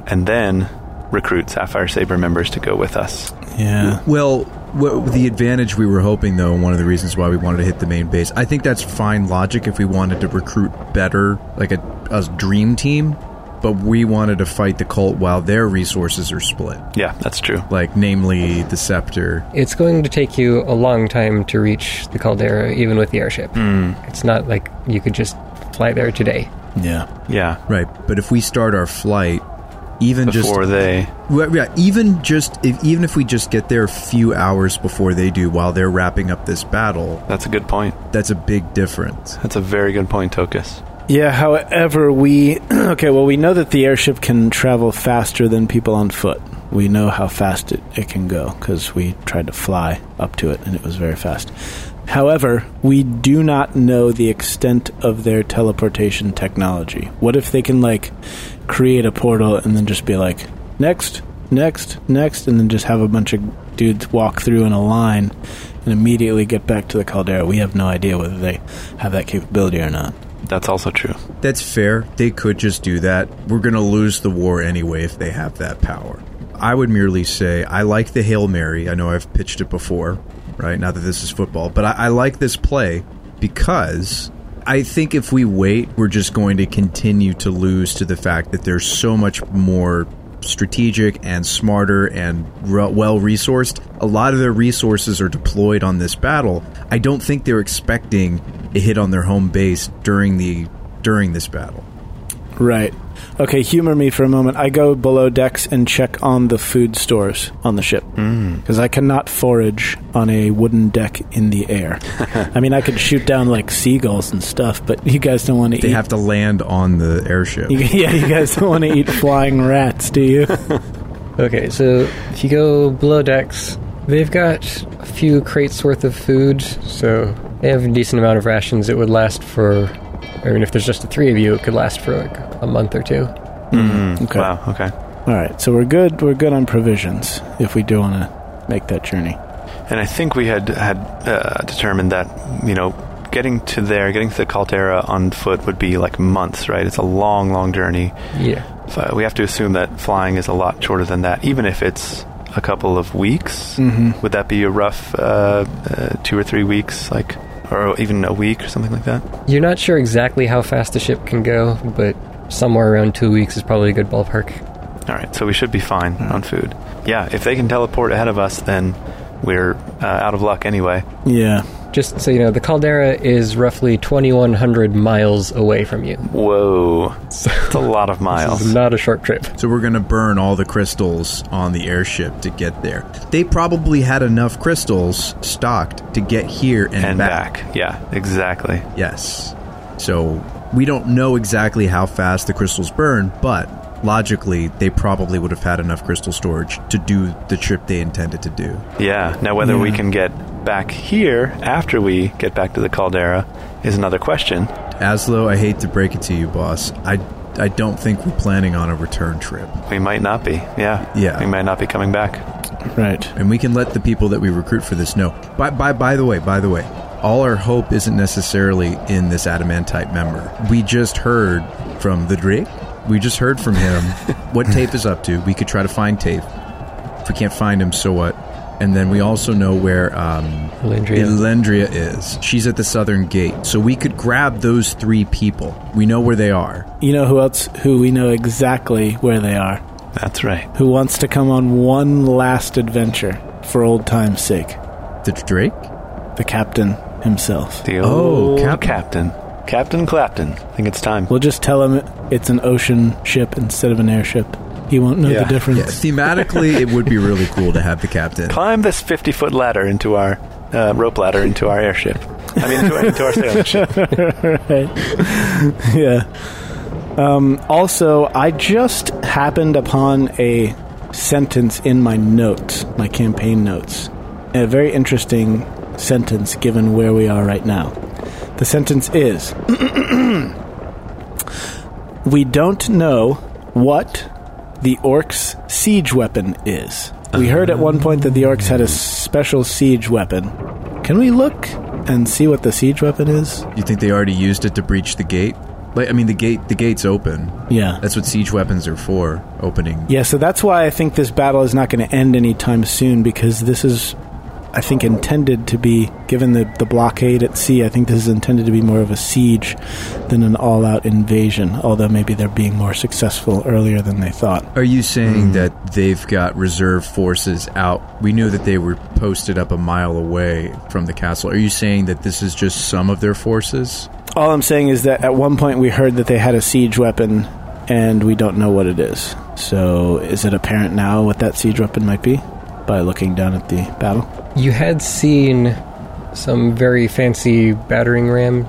S1: and then recruit Sapphire Saber members to go with us.
S4: Yeah.
S3: Well, wh- the advantage we were hoping, though, and one of the reasons why we wanted to hit the main base, I think that's fine logic if we wanted to recruit better, like a, a dream team, but we wanted to fight the cult while their resources are split,
S1: Yeah, that's true.
S3: like, namely, the scepter.
S5: It's going to take you a long time to reach the caldera, even with the airship. It's not like you could just fly there today.
S4: Yeah.
S1: Yeah.
S3: Right. But if we start our flight, even just
S1: Before they
S3: Well, yeah, even just if, even if we just get there a few hours before they do, while they're wrapping up this battle,
S1: That's a good point.
S3: that's a big difference.
S1: That's a very good point, Tokus.
S4: Yeah, however, we. okay, well, we know that the airship can travel faster than people on foot. We know how fast it, it can go because we tried to fly up to it and it was very fast. However, we do not know the extent of their teleportation technology. What if they can, like, create a portal and then just be like, next, next, next, and then just have a bunch of dudes walk through in a line and immediately get back to the caldera? We have no idea whether they have that capability or not.
S1: That's also true.
S3: That's fair. They could just do that. We're going to lose the war anyway if they have that power. I would merely say I like the Hail Mary. I know I've pitched it before, right? Not that this is football, but I, I like this play because I think if we wait, we're just going to continue to lose to the fact that there's so much more strategic and smarter and re- well resourced. A lot of their resources are deployed on this battle. I don't think they're expecting a hit on their home base during the during this battle.
S4: Right. Okay, humor me for a moment. I go below decks and check on the food stores on the ship because I cannot forage on a wooden deck in the air. I mean, I could shoot down like seagulls and stuff, but you guys don't want to
S3: They
S4: eat.
S3: have to land on the airship.
S4: yeah, you guys don't want to eat flying rats, do you?
S5: Okay, so if you go below decks, they've got a few crates worth of food, so they have a decent amount of rations. It would last for, I mean, if there's just the three of you, it could last for like a month or two.
S4: Okay.
S1: Wow. Okay.
S4: All right. So we're good. We're good on provisions if we do want to make that journey.
S1: And I think we had had uh, determined that you know getting to there, getting to the caldera on foot would be like months, right? It's a long, long journey.
S5: Yeah.
S1: So we have to assume that flying is a lot shorter than that, even if it's a couple of weeks. Would that be a rough uh, uh, two or three weeks, like, or even a week or something like that?
S5: You're not sure exactly how fast the ship can go, but somewhere around two weeks is probably a good ballpark.
S1: All right, so we should be fine on food. Yeah, if they can teleport ahead of us, then we're uh, out of luck anyway.
S4: Yeah.
S5: Just so you know, the caldera is roughly 2,100 miles away from you.
S1: Whoa, it's a lot of
S5: This
S1: miles.
S5: is not a short trip.
S3: So we're going to burn all the crystals on the airship to get there. They probably had enough crystals stocked to get here and,
S1: and
S3: back.
S1: back. Yeah, exactly.
S3: Yes. So we don't know exactly how fast the crystals burn, but logically, they probably would have had enough crystal storage to do the trip they intended to do.
S1: Yeah. Now, whether we
S4: Yeah.
S1: can get back here after we get back to the caldera is another question.
S3: Aslo, I hate to break it to you, boss. I I don't think we're planning on a return trip.
S1: We might not be. Yeah.
S3: Yeah.
S1: We might not be coming back.
S4: Right.
S3: And we can let the people that we recruit for this know. By by by the way, by the way, all our hope isn't necessarily in this adamantite member. We just heard from the Drake. We just heard from him what Tafe is up to. We could try to find Tafe. If we can't find him, so what? And then we also know where um,
S5: Elendria.
S3: Elendria is. She's at the southern gate. So we could grab those three people. We know where they are.
S4: You know who else? Who we know exactly where they are?
S1: That's right.
S4: Who wants to come on one last adventure for old time's sake?
S3: The Drake?
S4: The captain himself.
S1: The
S3: Oh,
S1: old
S3: Cap-
S1: captain. Captain Clapton. I think it's time.
S4: We'll just tell him it's an ocean ship instead of an airship. He won't know
S1: Yeah.
S4: the difference.
S3: Yeah, thematically, it would be really cool to have the captain.
S1: Climb this 50 foot ladder into our uh, rope ladder into our airship. I mean, into, into our sailing ship.
S4: yeah. Um, also, I just happened upon a sentence in my notes, my campaign notes. A very interesting sentence given where we are right now. The sentence is We don't know what the orc's siege weapon is. We heard at one point that the orcs had a special siege weapon. Can we look and see what the siege weapon is?
S3: You think they already used it to breach the gate? Like, I mean, the gate, the gate's open.
S4: Yeah.
S3: That's what siege weapons are for. Opening.
S4: Yeah, so that's why I think this battle is not going to end anytime soon because this is, I think, intended to be, given the, the blockade at sea, I think this is intended to be more of a siege than an all out invasion, although maybe they're being more successful earlier than they thought.
S3: Are you saying that they've got reserve forces out? We knew that they were posted up a mile away from the castle. Are you saying that this is just some of their forces?
S4: All I'm saying is that at one point we heard that they had a siege weapon and we don't know what it is. So is it apparent now what that siege weapon might be by looking down at the battle?
S5: You had seen some very fancy battering ram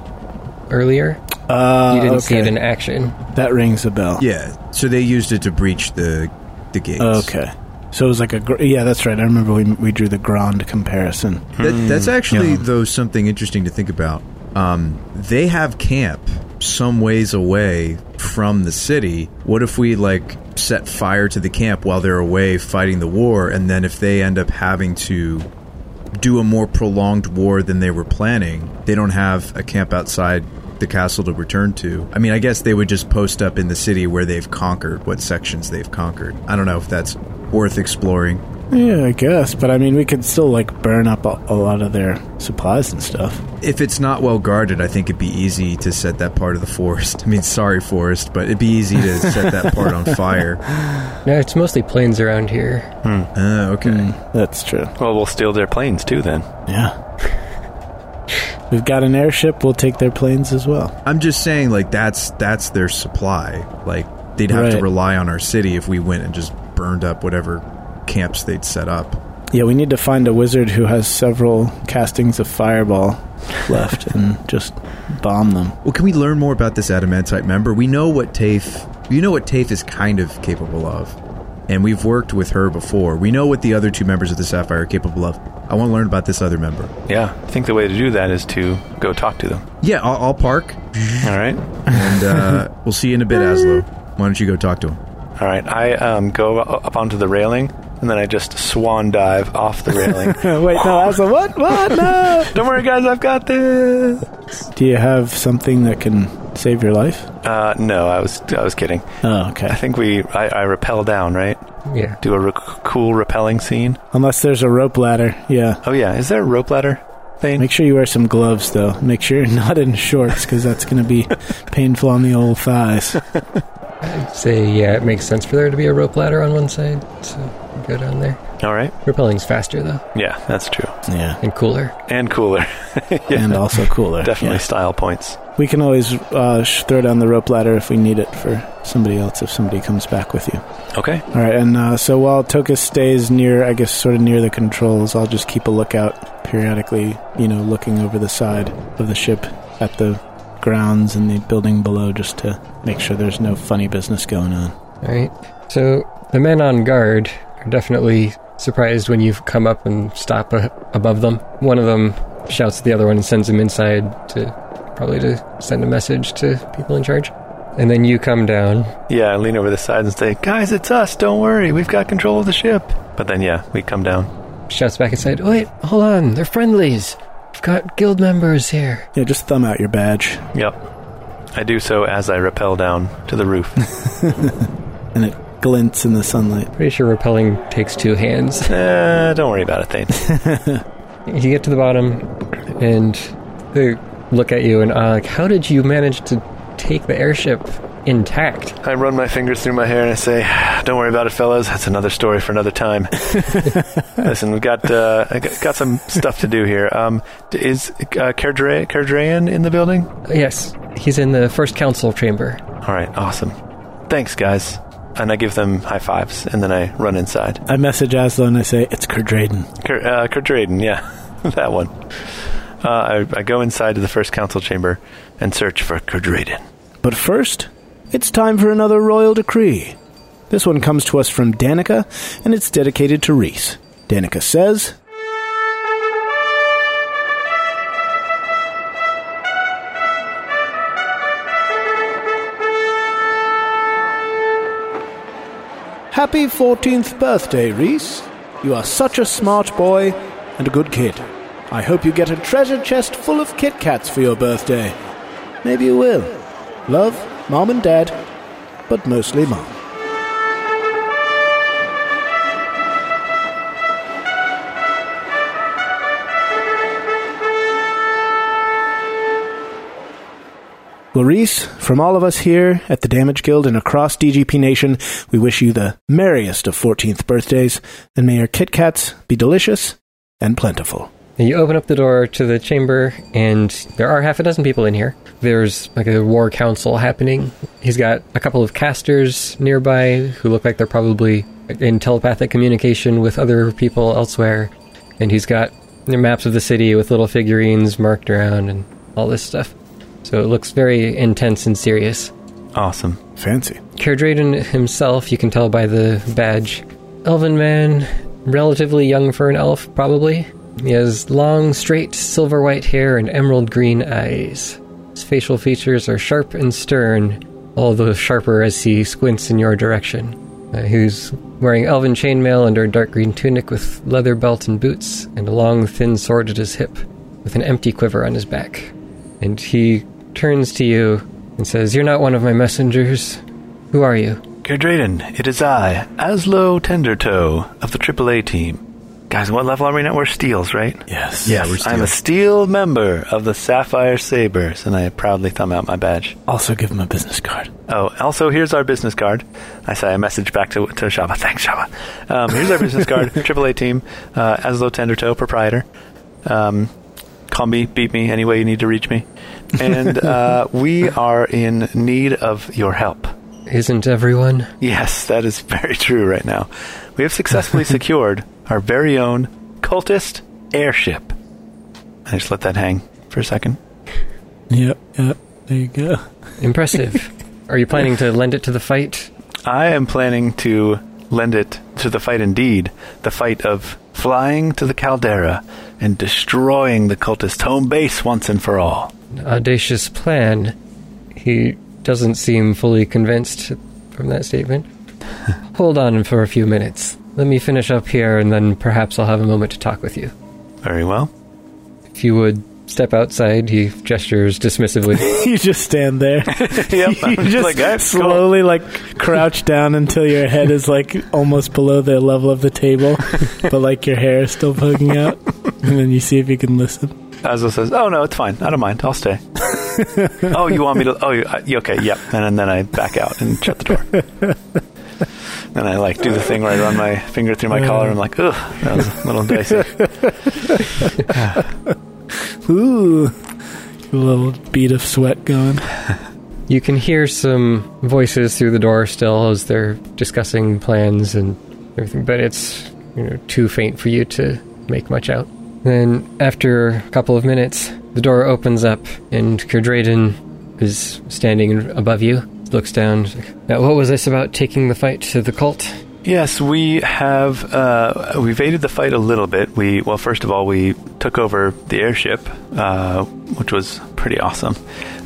S5: earlier.
S4: Uh,
S5: You didn't see it
S4: okay.
S5: in action.
S4: That rings a bell.
S3: Yeah. So they used it to breach the the gates.
S4: Okay. So it was like a gr- yeah, that's right. I remember we we drew the grand comparison.
S3: That, that's actually,
S4: Yeah.
S3: though, something interesting to think about. Um, they have camp some ways away from the city. What if we, like, set fire to the camp while they're away fighting the war, and then if they end up having to do a more prolonged war than they were planning, they don't have a camp outside the castle to return to. I mean, I guess they would just post up in the city where they've conquered, what sections they've conquered. I don't know if that's worth exploring.
S4: Yeah, I guess. But I mean, we could still like burn up a, a lot of their supplies and stuff.
S3: If it's not well guarded, I think it'd be easy to set that part of the forest. I mean, sorry, forest, but it'd be easy to set that part on fire.
S5: No, it's mostly plains around here.
S3: Uh, okay.
S4: That's true.
S1: Well, we'll steal their planes too then.
S4: Yeah. We've got an airship. We'll take their planes as well.
S3: I'm just saying, like that's that's their supply. Like they'd have to
S4: Right.
S3: rely on our city if we went and just burned up whatever camps they'd set up.
S4: Yeah, we need to find a wizard who has several castings of fireball left and just bomb them.
S3: Well, can we learn more about this adamantite member? We know what Tafe. You know what Tafe is kind of capable of, and we've worked with her before. We know what the other two members of the Sapphire are capable of. I want to learn about this other member.
S1: Yeah, I think the way to do that is to go talk to them.
S3: Yeah, I'll, I'll park.
S1: All right,
S3: and uh, we'll see you in a bit, Aslo. Why don't you go talk to him?
S1: all right. I um, go up onto the railing and then I just swan dive off the railing.
S4: Wait, no, that's a what? What? No.
S1: Don't worry, guys, I've got this.
S4: Do you have something that can save your life?
S1: Uh, no, I was I was kidding.
S4: Oh,
S1: I
S4: okay.
S1: think we I, I rappel down, right?
S5: Yeah.
S1: Do a re- cool rappelling scene.
S4: Unless there's a rope ladder. Yeah.
S1: Oh yeah, is there a rope ladder thing?
S4: Make sure you wear some gloves, though. Make sure you're not in shorts, because that's going to be painful on the old thighs.
S5: Say, yeah, it makes sense for there to be a rope ladder on one side, so go down there.
S1: All right.
S5: Repelling's faster, though,
S1: Yeah, that's true.
S4: Yeah.
S5: and cooler.
S1: And cooler. yeah,
S4: And also cooler.
S1: definitely style points.
S4: Yeah. We can always uh, sh- throw down the rope ladder if we need it for somebody else, if somebody comes back with you.
S1: Okay.
S4: All right. And uh, so while Tokus stays near, I guess, sort of near the controls, I'll just keep a lookout periodically, you know, looking over the side of the ship at the grounds and the building below just to make sure there's no funny business going on.
S5: All right. So the men on guard are definitely surprised when you come up and stop a- above them. One of them shouts at the other one and sends him inside to probably to send a message to people in charge. And then you come down.
S1: Yeah, I lean over the side and say, "Guys, it's us. Don't worry. We've got control of the ship." But then yeah, we come down.
S5: Shouts back inside. Wait, hold on. They're friendlies. We've got guild members here.
S4: Yeah, just thumb out your badge.
S1: Yep. I do so as I rappel down to the roof.
S4: and it glints in the sunlight.
S5: Pretty sure repelling takes two hands.
S1: Eh, don't worry about it, Thane.
S5: You get to the bottom, and they look at you and are like, "How did you manage to take the airship intact?"
S1: I run my fingers through my hair and I say, "Don't worry about it, fellas. That's another story for another time." Listen, we've got uh, I got got some stuff to do here. Um, d- is uh, Kerdre- Kerdrayan in the building?
S5: Yes, he's in the first council chamber.
S1: All right, awesome. Thanks, guys. And I give them high fives, and then I run inside.
S4: I message Aslo and I say, It's Kerdraden.
S1: Ker- uh, Kerdrayan, yeah, that one. Uh, I, I go inside to the first council chamber and search for Kerdraden.
S4: But first, it's time for another royal decree. This one comes to us from Danica, and it's dedicated to Reese. Danica says, Happy 14th birthday, Reese. You are such a smart boy and a good kid. I hope you get a treasure chest full of Kit Kats for your birthday. Maybe you will. Love, mom and dad, but mostly mom. Well, Reese, from all of us here at the Damage Guild and across DGP Nation, we wish you the merriest of 14th birthdays, and may your Kit Kats be delicious and plentiful.
S5: And you open up the door to the chamber, and there are half a dozen people in here. There's like a war council happening. He's got a couple of casters nearby who look like they're probably in telepathic communication with other people elsewhere. And he's got the maps of the city with little figurines marked around and all this stuff. So it looks very intense and serious.
S1: Awesome.
S4: Fancy.
S5: Kerdraden himself, you can tell by the badge. Elven man, relatively young for an elf, probably. He has long, straight, silver white hair and emerald green eyes. His facial features are sharp and stern, all the sharper as he squints in your direction. Uh, he's wearing elven chainmail under a dark green tunic with leather belt and boots, and a long, thin sword at his hip, with an empty quiver on his back. And he turns to you and says, You're not one of my messengers. Who are you?
S1: Kerdraden, it is I, Aslo Tendertoe of the AAA team. Guys, what level are we now? We're steels, right?
S4: Yes.
S3: Yeah, we're
S1: I'm a steel member of the Sapphire Sabres, and I proudly thumb out my badge.
S4: Also, give him a business card.
S1: Oh, also, here's our business card. I say a message back to, to Shaba. Thanks, Shaba. Um, here's our business card, AAA team, uh, Aslo Tendertoe, proprietor. Um, call me, beat me, any way you need to reach me. And uh, we are in need of your help.
S5: Isn't everyone?
S1: Yes, that is very true right now. We have successfully secured our very own cultist airship. I just let that hang for a second.
S4: Yep. Yep. There you go.
S5: Impressive. are you planning to lend it to the fight?
S1: I am planning to lend it to the fight indeed, the fight of flying to the caldera and destroying the cultist home base once and for all.
S5: Audacious plan. He doesn't seem fully convinced from that statement. Hold on for a few minutes. Let me finish up here and then perhaps I'll have a moment to talk with you.
S1: Very well.
S5: If you would step outside, he gestures dismissively.
S4: you just stand there.
S1: Yep.
S4: you just slowly like crouch down until your head is like almost below the level of the table, but like your hair is still poking out, and then you see if you can listen.
S1: Azul says, "Oh no, it's fine. I don't mind. I'll stay." oh, you want me to? Oh, you, uh, you- okay. Yep. And, then I back out and shut the door. and I like do the thing where I run my finger through my collar. and I'm like, ugh, that was a little dicey.
S4: Ooh, a little bead of sweat going.
S5: You can hear some voices through the door still as they're discussing plans and everything, but it's you know too faint for you to make much out. Then after a couple of minutes, the door opens up and Kerdraden is standing above you, looks down. Now, what was this about taking the fight to the cult?
S1: Yes, we have uh, we've aided the fight a little bit. We well, first of all, we took over the airship, uh, which was pretty awesome.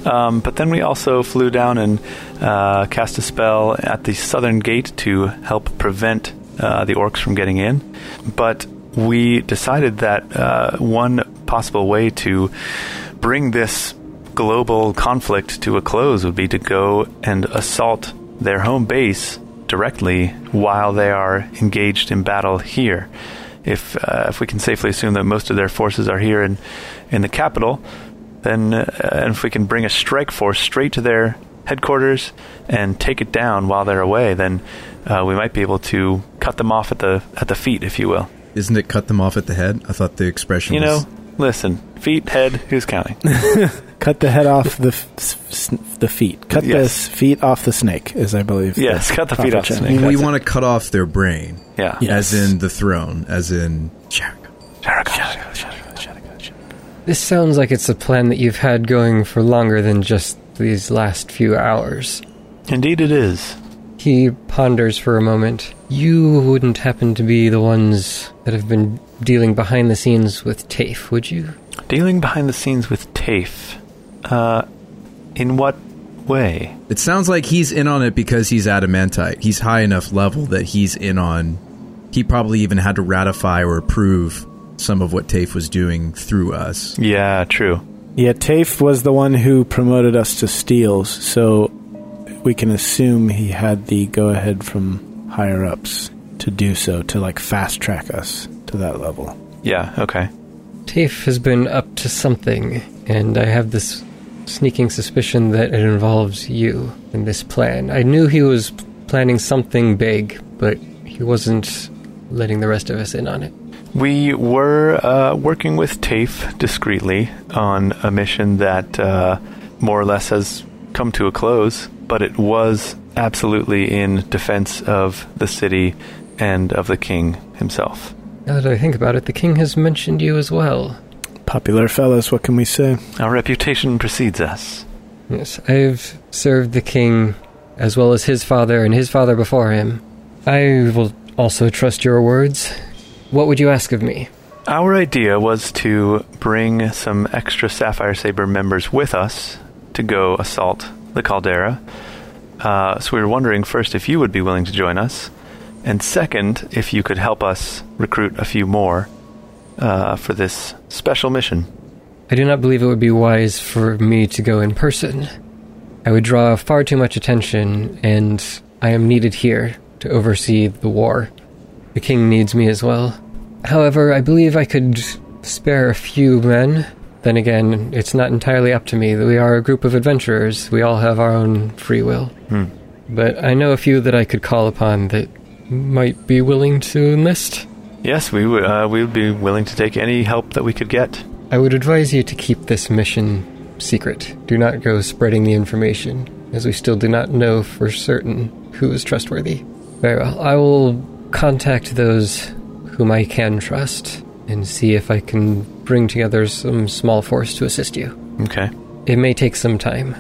S1: Um, but then we also flew down and uh, cast a spell at the southern gate to help prevent uh, the orcs from getting in. But we decided that uh, one possible way to bring this global conflict to a close would be to go and assault their home base directly while they are engaged in battle here. If uh, if we can safely assume that most of their forces are here in in the capital, then uh, and if we can bring a strike force straight to their headquarters and take it down while they're away, then uh, we might be able to cut them off at the at the feet, if you will.
S3: Isn't it cut them off at the head? I thought the expression
S1: You
S3: was
S1: know, listen, feet, head, who's counting?
S4: Cut the head off the f- s- s- the feet. Cut the
S1: Yes.
S4: s- feet off the snake, is I believe.
S1: Yes, cut the feet
S4: proper
S1: off the
S4: term.
S1: snake.
S3: we
S1: That's it.
S3: want to cut off their brain,
S1: Yeah.
S4: Yes.
S3: as in the throne, as in Jericho.
S5: This sounds like it's a plan that you've had going for longer than just these last few hours.
S1: Indeed, it is.
S5: He ponders for a moment. You wouldn't happen to be the ones that have been dealing behind the scenes with TAFE, would you?
S1: Dealing behind the scenes with TAFE. Uh, in what way?
S3: It sounds like he's in on it because he's adamantite. He's high enough level that he's in on. He probably even had to ratify or approve some of what TAFE was doing through us.
S1: Yeah, true.
S4: Yeah, TAFE was the one who promoted us to steals, so we can assume he had the go ahead from higher ups to do so, to like fast track us to that level.
S1: Yeah, okay.
S5: TAFE has been up to something, and I have this sneaking suspicion that it involves you in this plan. I knew he was planning something big, but he wasn't letting the rest of us in on it.
S1: We were uh, working with TAFE discreetly on a mission that uh, more or less has come to a close, but it was absolutely in defense of the city and of the king himself.
S5: Now that I think about it, the king has mentioned you as well.
S4: Popular fellows, what can we say?
S1: Our reputation precedes us.
S5: Yes, I've served the king as well as his father and his father before him. I will also trust your words. What would you ask of me?
S1: Our idea was to bring some extra Sapphire Saber members with us to go assault the caldera. Uh, so we were wondering first if you would be willing to join us, and second, if you could help us recruit a few more uh, for this special mission.
S5: I do not believe it would be wise for me to go in person. I would draw far too much attention, and I am needed here to oversee the war. The king needs me as well. However, I believe I could spare a few men. Then again, it's not entirely up to me. We are a group of adventurers. We all have our own free will.
S1: Hmm.
S5: But I know a few that I could call upon that might be willing to enlist.
S1: Yes, we would. Uh, we would be willing to take any help that we could get.
S5: I would advise you to keep this mission secret. Do not go spreading the information, as we still do not know for certain who is trustworthy. Very well. I will contact those whom I can trust and see if I can bring together some small force to assist you.
S1: Okay.
S5: It may take some time.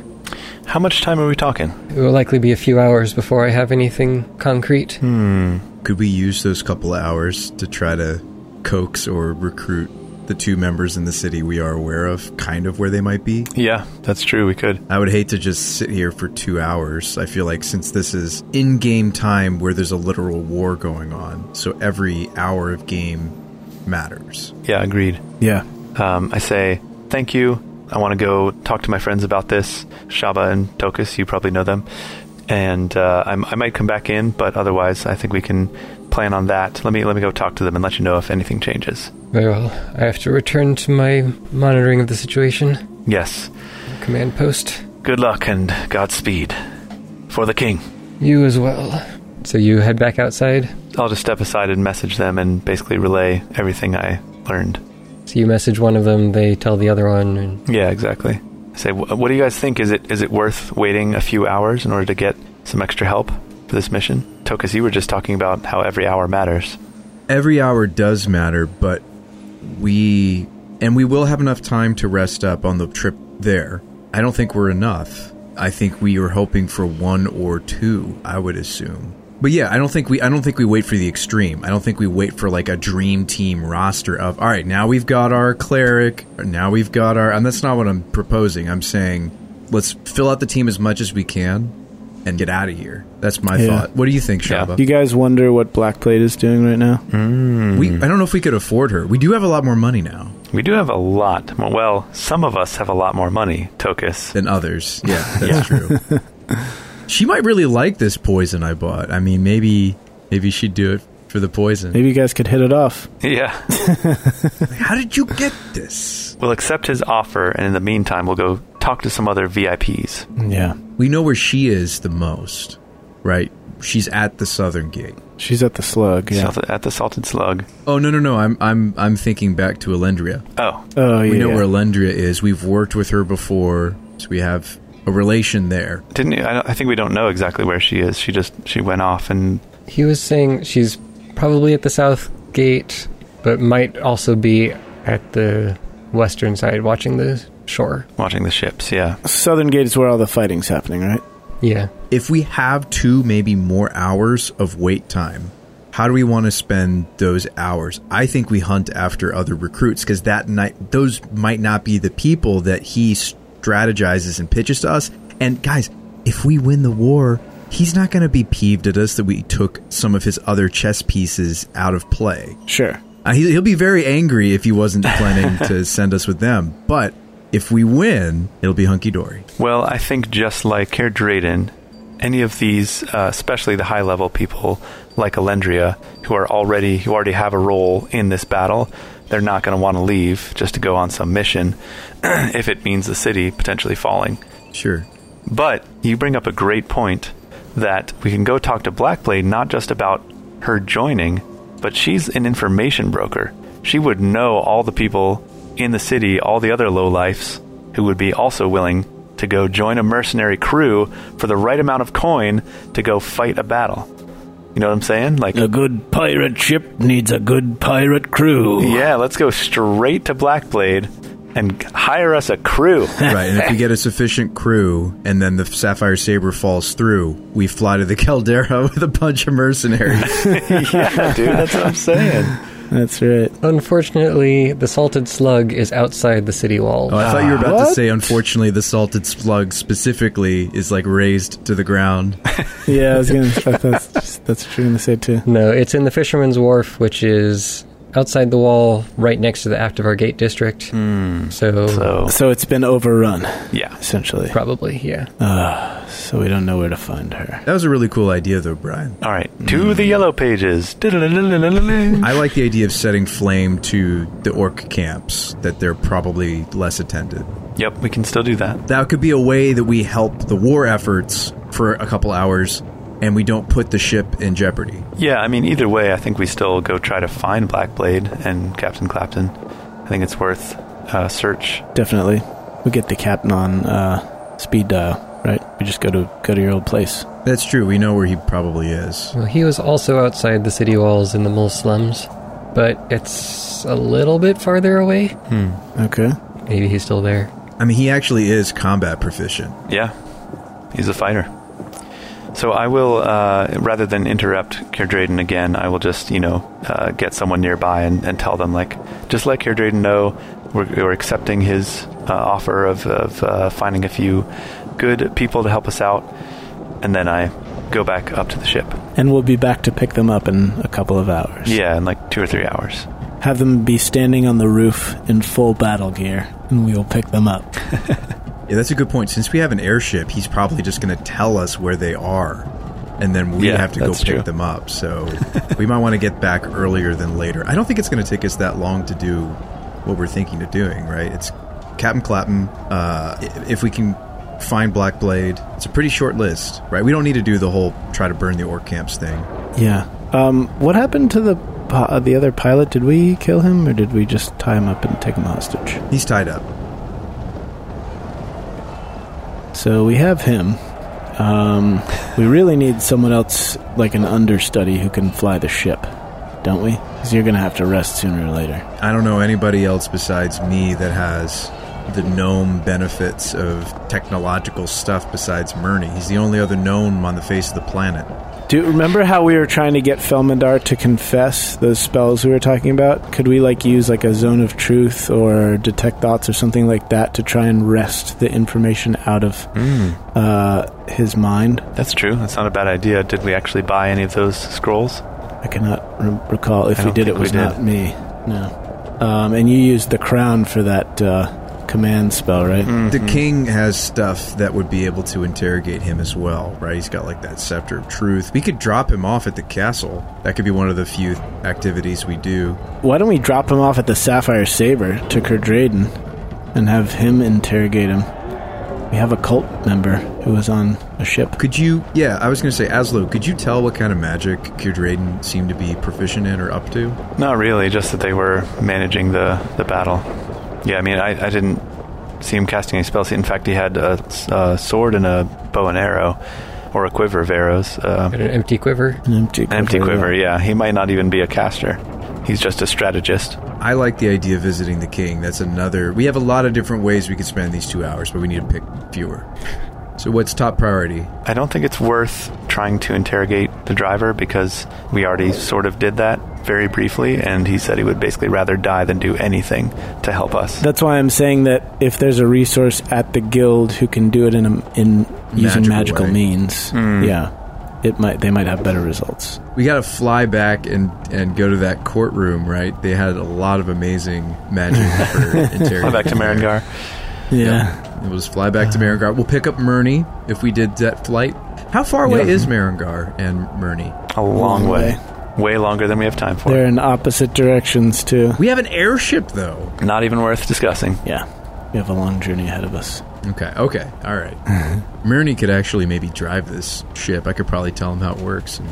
S1: How much time are we talking?
S5: It will likely be a few hours before I have anything concrete.
S1: Hmm.
S3: Could we use those couple of hours to try to coax or recruit the two members in the city we are aware of, kind of where they might be?
S1: Yeah, that's true. We could.
S3: I would hate to just sit here for two hours. I feel like since this is in game time where there's a literal war going on, so every hour of game matters.
S1: Yeah, agreed.
S4: Yeah.
S1: Um, I say thank you. I want to go talk to my friends about this. Shaba and Tokus, you probably know them, and uh, I'm, I might come back in, but otherwise, I think we can plan on that. Let me let me go talk to them and let you know if anything changes.
S5: Very well. I have to return to my monitoring of the situation,
S1: Yes.
S5: command post.
S1: Good luck and Godspeed for the king.
S5: You as well. So you head back outside?
S1: I'll just step aside and message them and basically relay everything I learned.
S5: So you message one of them, they tell the other one, and
S1: Yeah, exactly. I say, "Wh- what do you guys think? Is it is it worth waiting a few hours in order to get some extra help for this mission? Tokus, you were just talking about how every hour matters.
S3: Every hour does matter, but we and we will have enough time to rest up on the trip there. I don't think we're enough. I think we are hoping for one or two, I would assume. But yeah, I don't think we I don't think we wait for the extreme. I don't think we wait for like a dream team roster of all right, now we've got our cleric, or now we've got our and that's not what I'm proposing. I'm saying let's fill out the team as much as we can and get out of here. That's my
S4: Yeah.
S3: thought. What do you think,
S1: Yeah.
S3: Shaba?
S4: Do you guys wonder what Blackblade is doing right now?
S3: Hmm. We, I don't know if we could afford her. We do have a lot more money now
S1: We do have a lot. More, well, some of us have a lot more money, Tokus.
S3: than others. Yeah, that's true. she might really like this poison I bought. I mean, maybe maybe she'd do it for the poison.
S4: Maybe you guys could hit it off.
S1: Yeah,
S3: How did you get this?
S1: we'll accept his offer, and in the meantime, we'll go talk to some other VIPs.
S4: Yeah.
S3: We know where she is the most, right? She's at the southern gate.
S4: She's at the slug. Yeah.
S1: Salt- at the Salted Slug.
S3: Oh no no no! I'm I'm I'm thinking back to Elendria.
S1: Oh,
S4: oh, yeah.
S3: We know
S4: yeah.
S3: where Elendria is. We've worked with her before, so we have a relation there.
S1: didn't you, I, don't- I think we don't know exactly where she is. She just she went off, and
S5: he was saying she's probably at the south gate, but might also be at the western side watching the shore.
S1: watching the ships. Yeah,
S4: Southern Gate is where all the fighting's happening, right?
S5: Yeah.
S3: if we have two, maybe more hours of wait time, how do we want to spend those hours? I think we hunt after other recruits because that night, those might not be the people that he strategizes and pitches to us. And guys, if we win the war, he's not going to be peeved at us that we took some of his other chess pieces out of play.
S4: Sure.
S3: Uh, he, he'll be very angry if he wasn't planning to send us with them. But if we win, it'll be hunky dory.
S1: Well, I think just like Herr Drayden, any of these, uh, especially the high level people like Elendria, who are already who already have a role in this battle, they're not going to want to leave just to go on some mission, if it means the city potentially falling.
S3: Sure.
S1: But you bring up a great point that we can go talk to Blackblade not just about her joining, but she's an information broker. She would know all the people in the city, all the other lowlifes who would be also willing to go join a mercenary crew for the right amount of coin to go fight a battle. You know what I'm saying? Like,
S4: A good pirate ship needs a good pirate crew.
S1: yeah, let's go straight to Blackblade and hire us a crew.
S3: Right, and if we get a sufficient crew, and then the Sapphire Saber falls through, we fly to the Caldera with a bunch of mercenaries.
S1: yeah, dude, that's what I'm saying.
S4: That's right.
S5: Unfortunately, the salted slug is outside the city walls.
S3: Oh, I thought you were about to say, unfortunately, the salted slug specifically is like raised to the ground.
S4: Yeah, I was gonna. I thought that's, that's what you're gonna say too.
S5: No, it's in the Fisherman's Wharf, which is outside the wall, right next to the Aptivar Gate District. So,
S1: So,
S4: So it's been overrun,
S1: yeah.
S4: essentially.
S5: probably, yeah.
S4: So we don't know where to find her.
S3: That was a really cool idea, though, Brian.
S1: All right, to the yellow pages.
S3: I like the idea of setting flame to the orc camps, that they're probably less attended.
S1: Yep, we can still do that.
S3: That could be a way that we help the war efforts for a couple hours, and we don't put the ship in jeopardy.
S1: Yeah, I mean, either way, I think we still go try to find Blackblade and Captain Clapton. I think it's worth uh, search.
S4: Definitely. We get the captain on uh, speed dial, right? We just go to go to your old place.
S3: That's true. We know where he probably is.
S5: Well, he was also outside the city walls in the Mole Slums, but it's a little bit farther away.
S4: Okay.
S5: Maybe he's still there.
S3: I mean, he actually is combat proficient.
S1: Yeah, he's a fighter. So I will, uh, rather than interrupt Kyrdraden again, I will just, you know, uh, get someone nearby and, and tell them, like, just let Kyrdraden know we're, we're accepting his uh, offer of, of uh, finding a few good people to help us out. And then I go back up to the ship.
S4: And we'll be back to pick them up in a couple of hours.
S1: Yeah, in like two or three hours.
S4: Have them be standing on the roof in full battle gear, and we will pick them up.
S3: Yeah, that's a good point. Since we have an airship, he's probably just going to tell us where they are, and then we
S1: Yeah,
S3: have to go
S1: that's
S3: pick
S1: true.
S3: them up. So we might want to get back earlier than later. I don't think it's going to take us that long to do what we're thinking of doing. Right? It's Captain Clapton. Uh, i- if we can find Blackblade, it's a pretty short list, right? We don't need to do the whole try to burn the orc camps thing.
S4: yeah. Um, what happened to the pi- uh, the other pilot? Did we kill him, or did we just tie him up and take him hostage?
S3: He's tied up.
S4: So we have him. Um, we really need someone else, like an understudy, who can fly the ship, don't we? Because you're going to have to rest sooner or later.
S3: I don't know anybody else besides me that has the gnome benefits of technological stuff besides Murney. He's the only other gnome on the face of the planet.
S4: Do you remember how we were trying to get Felmandar to confess those spells we were talking about? Could we like use like a zone of truth or detect thoughts or something like that to try and wrest the information out of uh, his mind?
S1: That's true. That's not a bad idea. Did we actually buy any of those scrolls?
S4: I cannot re- recall if
S1: I
S4: we
S1: don't
S4: did. It
S1: think we
S4: was
S1: did.
S4: not me. No. Um, and you used the crown for that uh, command spell, right?
S1: Mm.
S3: The king has stuff that would be able to interrogate him as well, right? He's got like that scepter of truth. We could drop him off at the castle. That could be one of the few activities we do.
S4: Why don't we drop him off at the Sapphire Saber to Kerdraden and have him interrogate him? We have a cult member who was on a ship.
S3: Could you, yeah, I was going to say, Aslo, could you tell what kind of magic Kyrdraden seemed to be proficient in or up to?
S1: Not really, just that they were managing the, the battle. Yeah, I mean, I, I didn't see him casting any spells. In fact, he had a, s- a sword and a bow and arrow, or a quiver of arrows. Uh,
S5: Got an empty quiver.
S4: An empty
S1: an
S4: quiver.
S1: empty quiver, yeah. He might not even be a caster. He's just a strategist.
S3: I like the idea of visiting the king. That's another. We have a lot of different ways we could spend these two hours, but we need to pick fewer. So, what's top priority?
S1: I don't think it's worth trying to interrogate the driver because we already sort of did that very briefly, and he said he would basically rather die than do anything to help us.
S4: That's why I'm saying that if there's a resource at the guild who can do it in a, in using
S3: Magical
S4: magical
S3: way.
S4: means,
S1: Mm.
S4: yeah, it might they might have better results.
S3: We got to fly back and, and go to that courtroom, right? They had a lot of amazing magic for interior.
S1: Fly back to Marengar.
S4: yeah.
S3: We'll just fly back to Marengar. We'll pick up Murney if we did that flight. How far away
S4: Yeah.
S3: is Marengar and Murney?
S1: A long, way. Way longer than we have time for.
S4: They're in opposite directions too.
S3: We have an airship, though.
S1: Not even worth discussing.
S4: Yeah, we have a long journey ahead of us.
S3: Okay, okay, all right. Murney could actually maybe drive this ship. I could probably tell him how it works. and-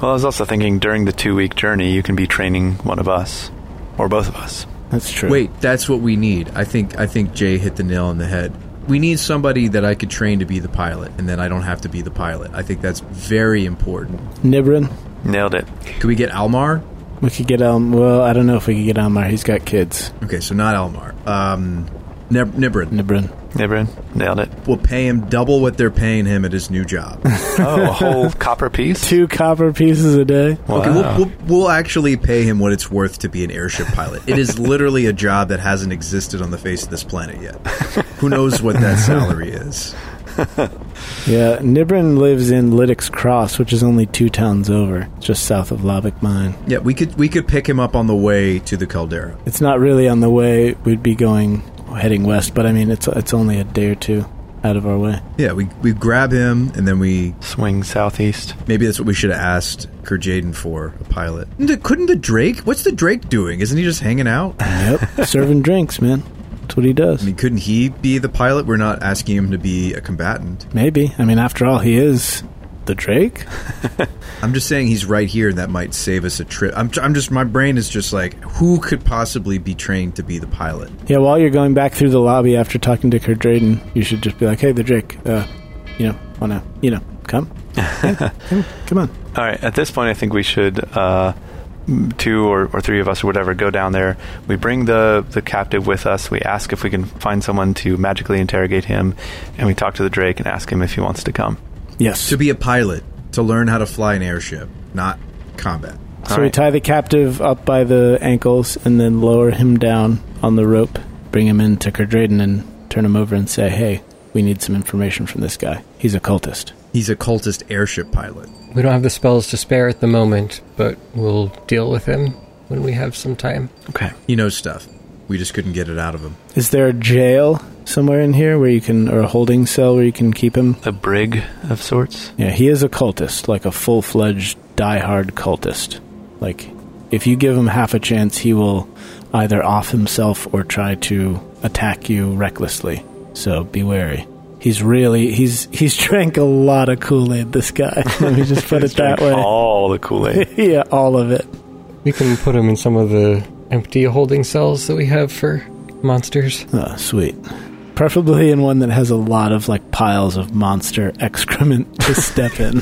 S1: Well, I was also thinking during the two week journey, you can be training one of us or both of us.
S4: That's true.
S3: Wait, that's what we need. I think I think Jay hit the nail on the head. we need somebody that I could train to be the pilot, and then I don't have to be the pilot. I think that's very important.
S4: Nibrin.
S1: Nailed it.
S3: Could we get Almar?
S4: We could get um. Well, I don't know if we could get Almar. He's got kids.
S3: Okay, so not Almar. Um, Neb- Nibrin.
S4: Nibrin.
S1: Nibrin. Nailed it.
S3: We'll pay him double what they're paying him at his new job.
S1: Oh, a whole copper piece?
S4: Two copper pieces a day.
S1: Wow.
S3: Okay, we'll, we'll, we'll actually pay him what it's worth to be an airship pilot. It is literally a job that hasn't existed on the face of this planet yet. Who knows what that salary is?
S4: Yeah, Nibrin lives in Lytix Cross, which is only two towns over, just south of Lobbock Mine.
S3: Yeah, we could we could pick him up on the way to the caldera.
S4: It's not really on the way. We'd be going heading west, but I mean, it's it's only a day or two out of our way.
S3: Yeah, we we grab him and then we
S1: Swing southeast.
S3: maybe that's what we should have asked Kerjaden for a pilot. And the- Couldn't the Drake? What's the Drake doing? Isn't he just hanging out? I
S4: Yep, serving drinks, man. That's what he does.
S3: mean, couldn't he be the pilot? We're not asking him to be a combatant.
S4: Maybe. I mean, after all, he is the Drake.
S3: I'm just saying he's right here, and that might save us a trip. I'm, I'm just my brain is just like, who could possibly be trained to be the pilot?
S4: Yeah, while you're going back through the lobby after talking to Kerdraden, you should just be like, "Hey, the Drake, uh, you know, wanna, you know, come, Yeah, come, come on."
S1: All right. At this point, I think we should uh, m- two or, or three of us or whatever go down there. We bring the the captive with us. We ask if we can find someone to magically interrogate him, and we talk to the Drake and ask him if he wants to come.
S4: Yes.
S3: To be a pilot, to learn how to fly an airship, not combat.
S4: So
S1: All
S4: we
S1: right.
S4: tie the captive up by the ankles and then lower him down on the rope, bring him in to Kerdraden and turn him over and say, hey, we need some information from this guy. He's a cultist.
S3: He's a cultist airship pilot.
S5: We don't have the spells to spare at the moment, but we'll deal with him when we have some time.
S1: Okay.
S3: He knows stuff. We just couldn't get it out of him.
S4: Is there a jail somewhere in here where you can, or a holding cell where you can keep him?
S1: A brig of sorts.
S4: Yeah, he is a cultist, like a full fledged, die-hard cultist. Like, if you give him half a chance, he will either off himself or try to attack you recklessly. So be wary. He's really he's he's drank a lot of Kool Aid. This guy. Let me just put it that way.
S1: All the Kool Aid.
S4: yeah, all of it.
S5: We can put him in some of the empty holding cells that we have for monsters.
S4: Oh, sweet. Preferably in one that has a lot of like piles of monster excrement to step in.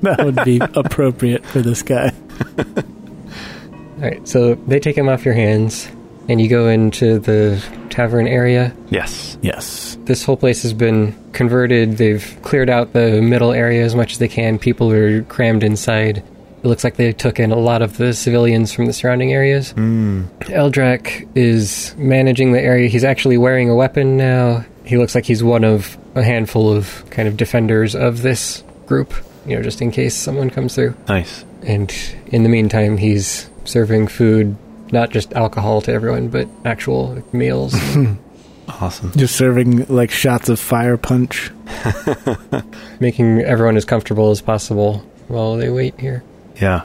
S4: That would be appropriate for this guy.
S5: All right, so they take him off your hands, and you go into the tavern area.
S1: Yes.
S4: Yes.
S5: This whole place has been converted. They've cleared out the middle area as much as they can. People are crammed inside. It looks like they took in a lot of the civilians from the surrounding areas. Eldrak is managing the area. He's actually wearing a weapon now. He looks like he's one of a handful of kind of defenders of this group, you know, just in case someone comes through.
S1: Nice.
S5: And in the meantime, he's serving food, not just alcohol to everyone, but actual meals.
S1: Awesome.
S4: Just serving like shots of fire punch.
S5: making everyone as comfortable as possible while they wait here.
S1: Yeah.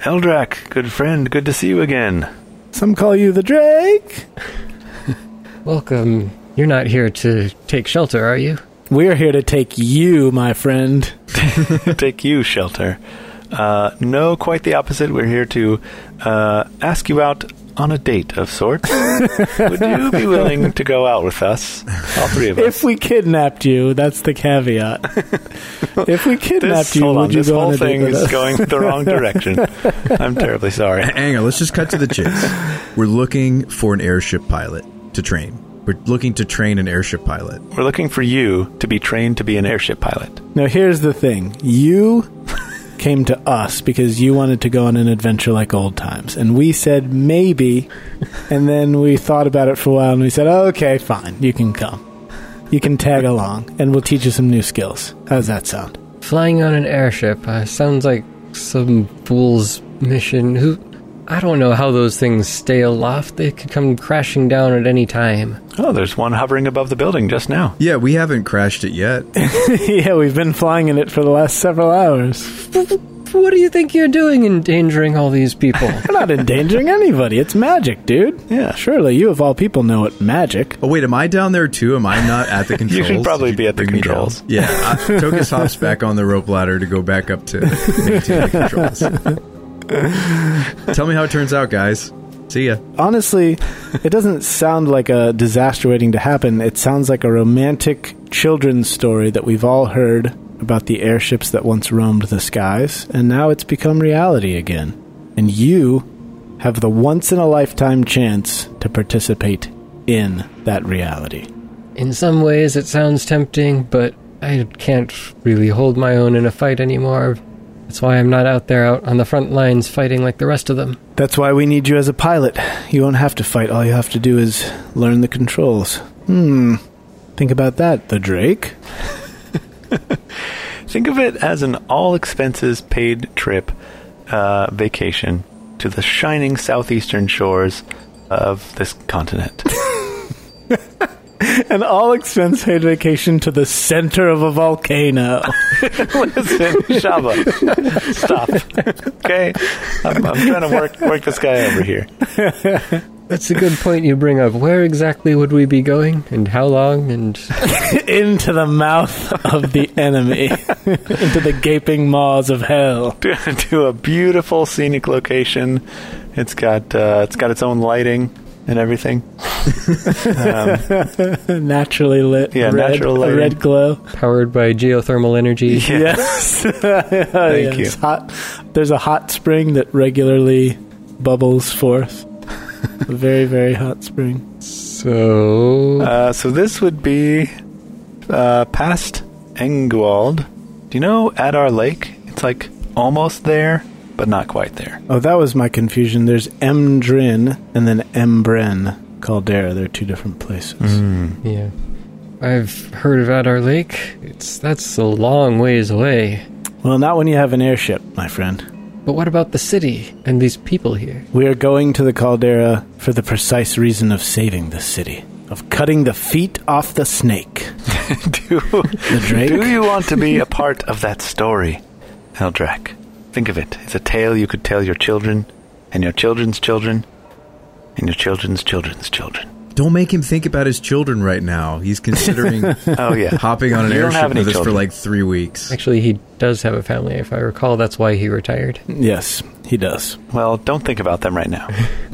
S1: Eldrak, good friend, good to see you again.
S4: Some call you the Drake.
S5: Welcome. You're not here to take shelter, are you?
S4: We're here to take you, my friend.
S1: Take you, shelter. Uh, no, quite the opposite. We're here to uh, ask you out on a date of sorts. Would you be willing to go out with us? All three of us.
S4: If we kidnapped you, that's the caveat. if we kidnapped
S1: this,
S4: you,
S1: hold
S4: would
S1: on,
S4: you
S1: this
S4: go on
S1: whole
S4: a date
S1: thing
S4: with
S1: is
S4: us?
S1: going the wrong direction. I'm terribly sorry.
S3: Hang on, let's just cut to the chase. We're looking for an airship pilot to train. We're looking to train an airship pilot.
S1: We're looking for you to be trained to be an airship pilot.
S4: Now, here's the thing: you came to us because you wanted to go on an adventure like old times, and we said maybe, and then we thought about it for a while, and we said, "Okay, fine, you can come." You can tag along, and we'll teach you some new skills. How does that sound?
S5: Flying on an airship uh, sounds like some fool's mission. Who? I don't know how those things stay aloft. They could come crashing down at any time.
S1: Oh, there's one hovering above the building just now.
S3: Yeah, we haven't crashed it yet.
S4: yeah, we've been flying in it for the last several hours.
S5: What do you think you're doing, endangering all these people?
S4: We're not endangering anybody. It's magic, dude.
S1: Yeah.
S4: Surely you of all people know what magic.
S3: Oh wait, am I down there too? Am I not at the controls?
S1: should probably
S3: Did
S1: be at the
S3: bring me down?
S1: controls.
S3: Yeah, I, Tokus hops back on the rope ladder to go back up to maintain the controls. Tell me how it turns out, guys. See ya.
S4: honestly, it doesn't sound like a disaster waiting to happen. It sounds like a romantic children's story that we've all heard about the airships that once roamed the skies, and now it's become reality again. And you have the once in a lifetime chance to participate in that reality.
S5: In some ways, it sounds tempting, but I can't really hold my own in a fight anymore. That's why I'm not out there out on the front lines fighting like the rest of them.
S4: That's why we need you as a pilot. You won't have to fight. All you have to do is learn the controls. Hmm. Think about that, the Drake.
S1: Think of it as an all expenses paid trip uh, vacation to the shining southeastern shores of this continent.
S4: An all expense paid vacation to the center of a volcano.
S1: Listen, Shaba, stop. Okay, I'm, I'm trying to work work this guy over here.
S5: That's a good point you bring up. Where exactly would we be going, and how long, and
S4: Into the mouth of the enemy. Into the gaping maws of hell.
S1: to, to a beautiful scenic location. It's got uh, it's got its own lighting and everything. um,
S4: Naturally lit.
S1: Yeah,
S4: red,
S1: natural
S4: a
S1: lighting.
S4: red glow.
S5: powered by geothermal energy?
S1: Yeah.
S4: Yes. Thank
S1: you.
S4: It's hot. There's a hot spring that regularly bubbles forth. a very, very hot spring.
S5: So
S1: uh, so this would be uh, past Engwald. Do you know Adar Lake? It's like almost there, but not quite there.
S4: Oh, that was my confusion. There's Emdrin and then Embren Caldera. They're two different places.
S5: yeah, I've heard of Adar Lake. It's that's a long ways away.
S4: Well, not when you have an airship, my friend.
S5: But what about the city and these people here?
S4: We are going to the caldera for the precise reason of saving the city, of cutting the feet off the snake.
S1: do,
S4: The Drake?
S1: do you want to be a part of that story, Eldrak? Think of it. It's a tale you could tell your children, and your children's children, and your children's children's children.
S3: Don't make him think about his children right now. He's considering
S1: Oh yeah,
S3: hopping on an
S1: You don't have
S3: airship
S1: any
S3: with us for
S1: children.
S3: like three weeks.
S5: Actually, he does have a family, if I recall. That's why he retired.
S4: Yes, he does.
S1: Well, don't think about them right now.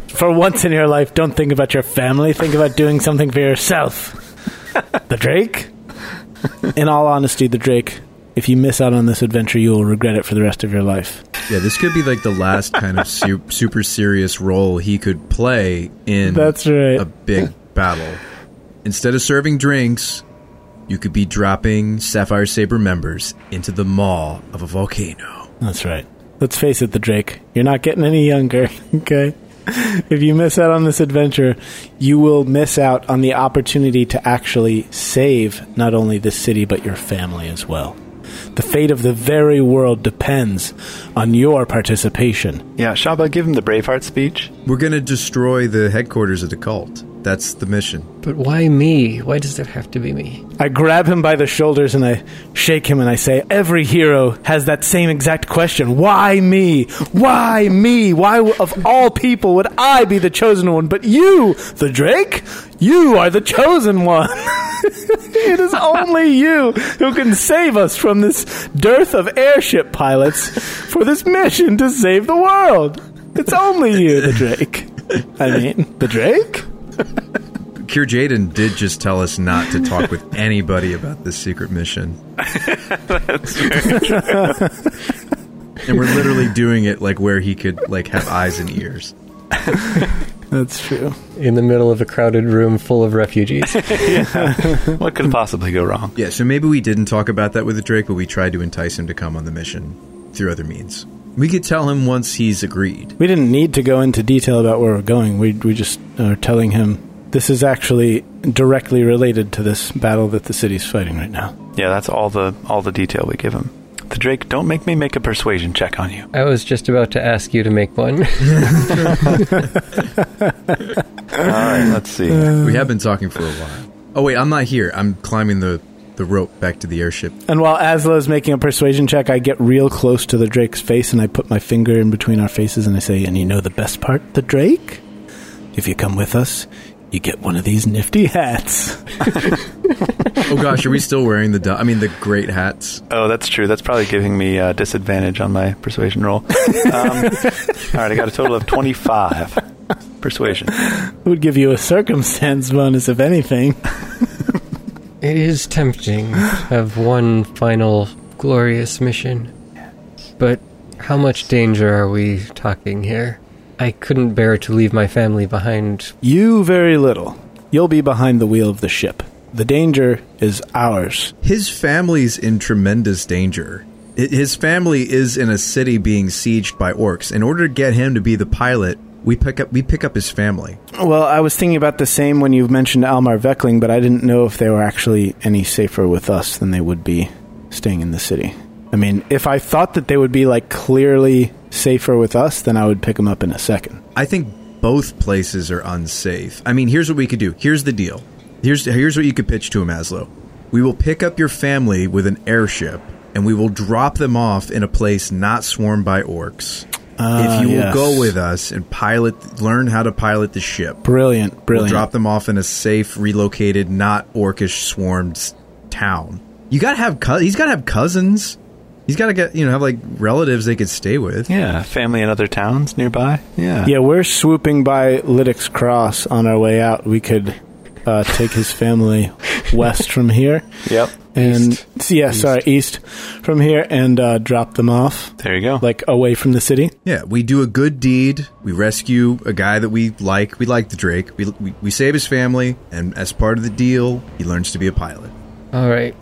S4: For once in your life, don't think about your family. Think about doing something for yourself. the Drake? In all honesty, the Drake, if you miss out on this adventure, you will regret it for the rest of your life.
S3: Yeah, this could be like the last kind of su- super serious role he could play in
S4: That's right.
S3: a big battle. Instead of serving drinks, you could be dropping Sapphire Saber members into the maw of a volcano.
S4: That's right. Let's face it, the Drake. You're not getting any younger, okay? If you miss out on this adventure, you will miss out on the opportunity to actually save not only this city, but your family as well. The fate of the very world depends on your participation.
S1: Yeah, Shaba, give him the Braveheart speech.
S3: We're going to destroy the headquarters of the cult. That's the mission.
S5: But why me? Why does it have to be me?
S4: I grab him by the shoulders and I shake him and I say, Every hero has that same exact question. Why me? Why me? Why, w- of all people, would I be the chosen one? But you, the Drake, you are the chosen one. It is only you who can save us from this dearth of airship pilots for this mission to save the world. It's only you, the Drake. I mean, the Drake?
S3: Kier Jaden did just tell us not to talk with anybody about this secret mission. and we're literally doing it like where he could like have eyes and ears.
S4: That's true.
S5: In the middle of a crowded room full of refugees.
S1: What could possibly go wrong?
S3: Yeah, so maybe we didn't talk about that with the Drake, but we tried to entice him to come on the mission through other means. We could tell him once he's agreed.
S4: We didn't need to go into detail about where we're going. We, we just are telling him this is actually directly related to this battle that the city's fighting right now.
S1: Yeah, that's all the all the detail we give him. The Drake, don't make me make a persuasion check on you.
S5: I was just about to ask you to make one.
S1: All right, let's see.
S3: We have been talking for a while. Oh wait, I'm not here. I'm climbing the the rope back to the airship.
S4: And while Asla's making a persuasion check, I get real close to the Drake's face and I put my finger in between our faces and I say, And you know the best part, the Drake? If you come with us, you get one of these nifty hats.
S3: Oh gosh, are we still wearing the du- I mean the great hats?
S1: Oh, that's true. That's probably giving me uh, disadvantage on my persuasion roll. Um, all right, I got a total of twenty-five. Persuasion.
S4: Would give you a circumstance bonus, if anything.
S5: It is tempting to have one final glorious mission. But how much danger are we talking here? I couldn't bear to leave my family behind.
S4: You very little. You'll be behind the wheel of the ship. The danger is ours.
S3: His family's in tremendous danger. I- His family is in a city being sieged by orcs. In order to get him to be the pilot, we pick up we pick up his family.
S4: Well, I was thinking about the same when you mentioned Almar Veckling, but I didn't know if they were actually any safer with us than they would be staying in the city. I mean, if I thought that they would be like clearly safer with us, then I would pick them up in a second.
S3: I think both places are unsafe. I mean, here's what we could do. Here's the deal. Here's here's what you could pitch to him, Aslo. We will pick up your family with an airship, and we will drop them off in a place not swarmed by orcs.
S4: Ah,
S3: if you
S4: yes.
S3: will go with us and pilot, learn how to pilot the ship.
S4: Brilliant,
S3: We'll
S4: brilliant.
S3: drop them off in a safe, relocated, not orcish swarmed s- town. You gotta have cou- he's gotta have cousins. He's gotta get you know have like relatives they could stay with.
S1: Yeah, family in other towns nearby. Yeah.
S4: yeah, we're swooping by Lydick's Cross on our way out. We could uh, take his family west from here.
S1: Yep.
S4: And yeah, sorry, east from here and uh, drop them off,
S1: There you go.
S4: like away from the city.
S3: Yeah, we do a good deed. We rescue a guy that we like. We like the Drake. We, we, we save his family, and as part of the deal, he learns to be a pilot.
S5: All right,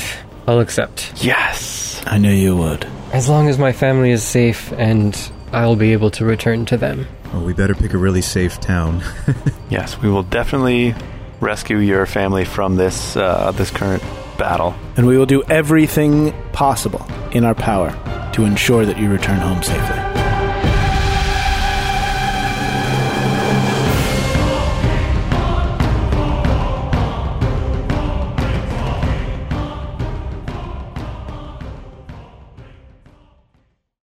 S5: I'll accept.
S1: yes.
S4: I knew you would.
S5: As long as my family is safe and I'll be able to return to them.
S3: Oh, we better pick a really safe town.
S1: Yes, we will definitely rescue your family from this uh, this current battle.
S4: and we will do everything possible in our power to ensure that you return home safely.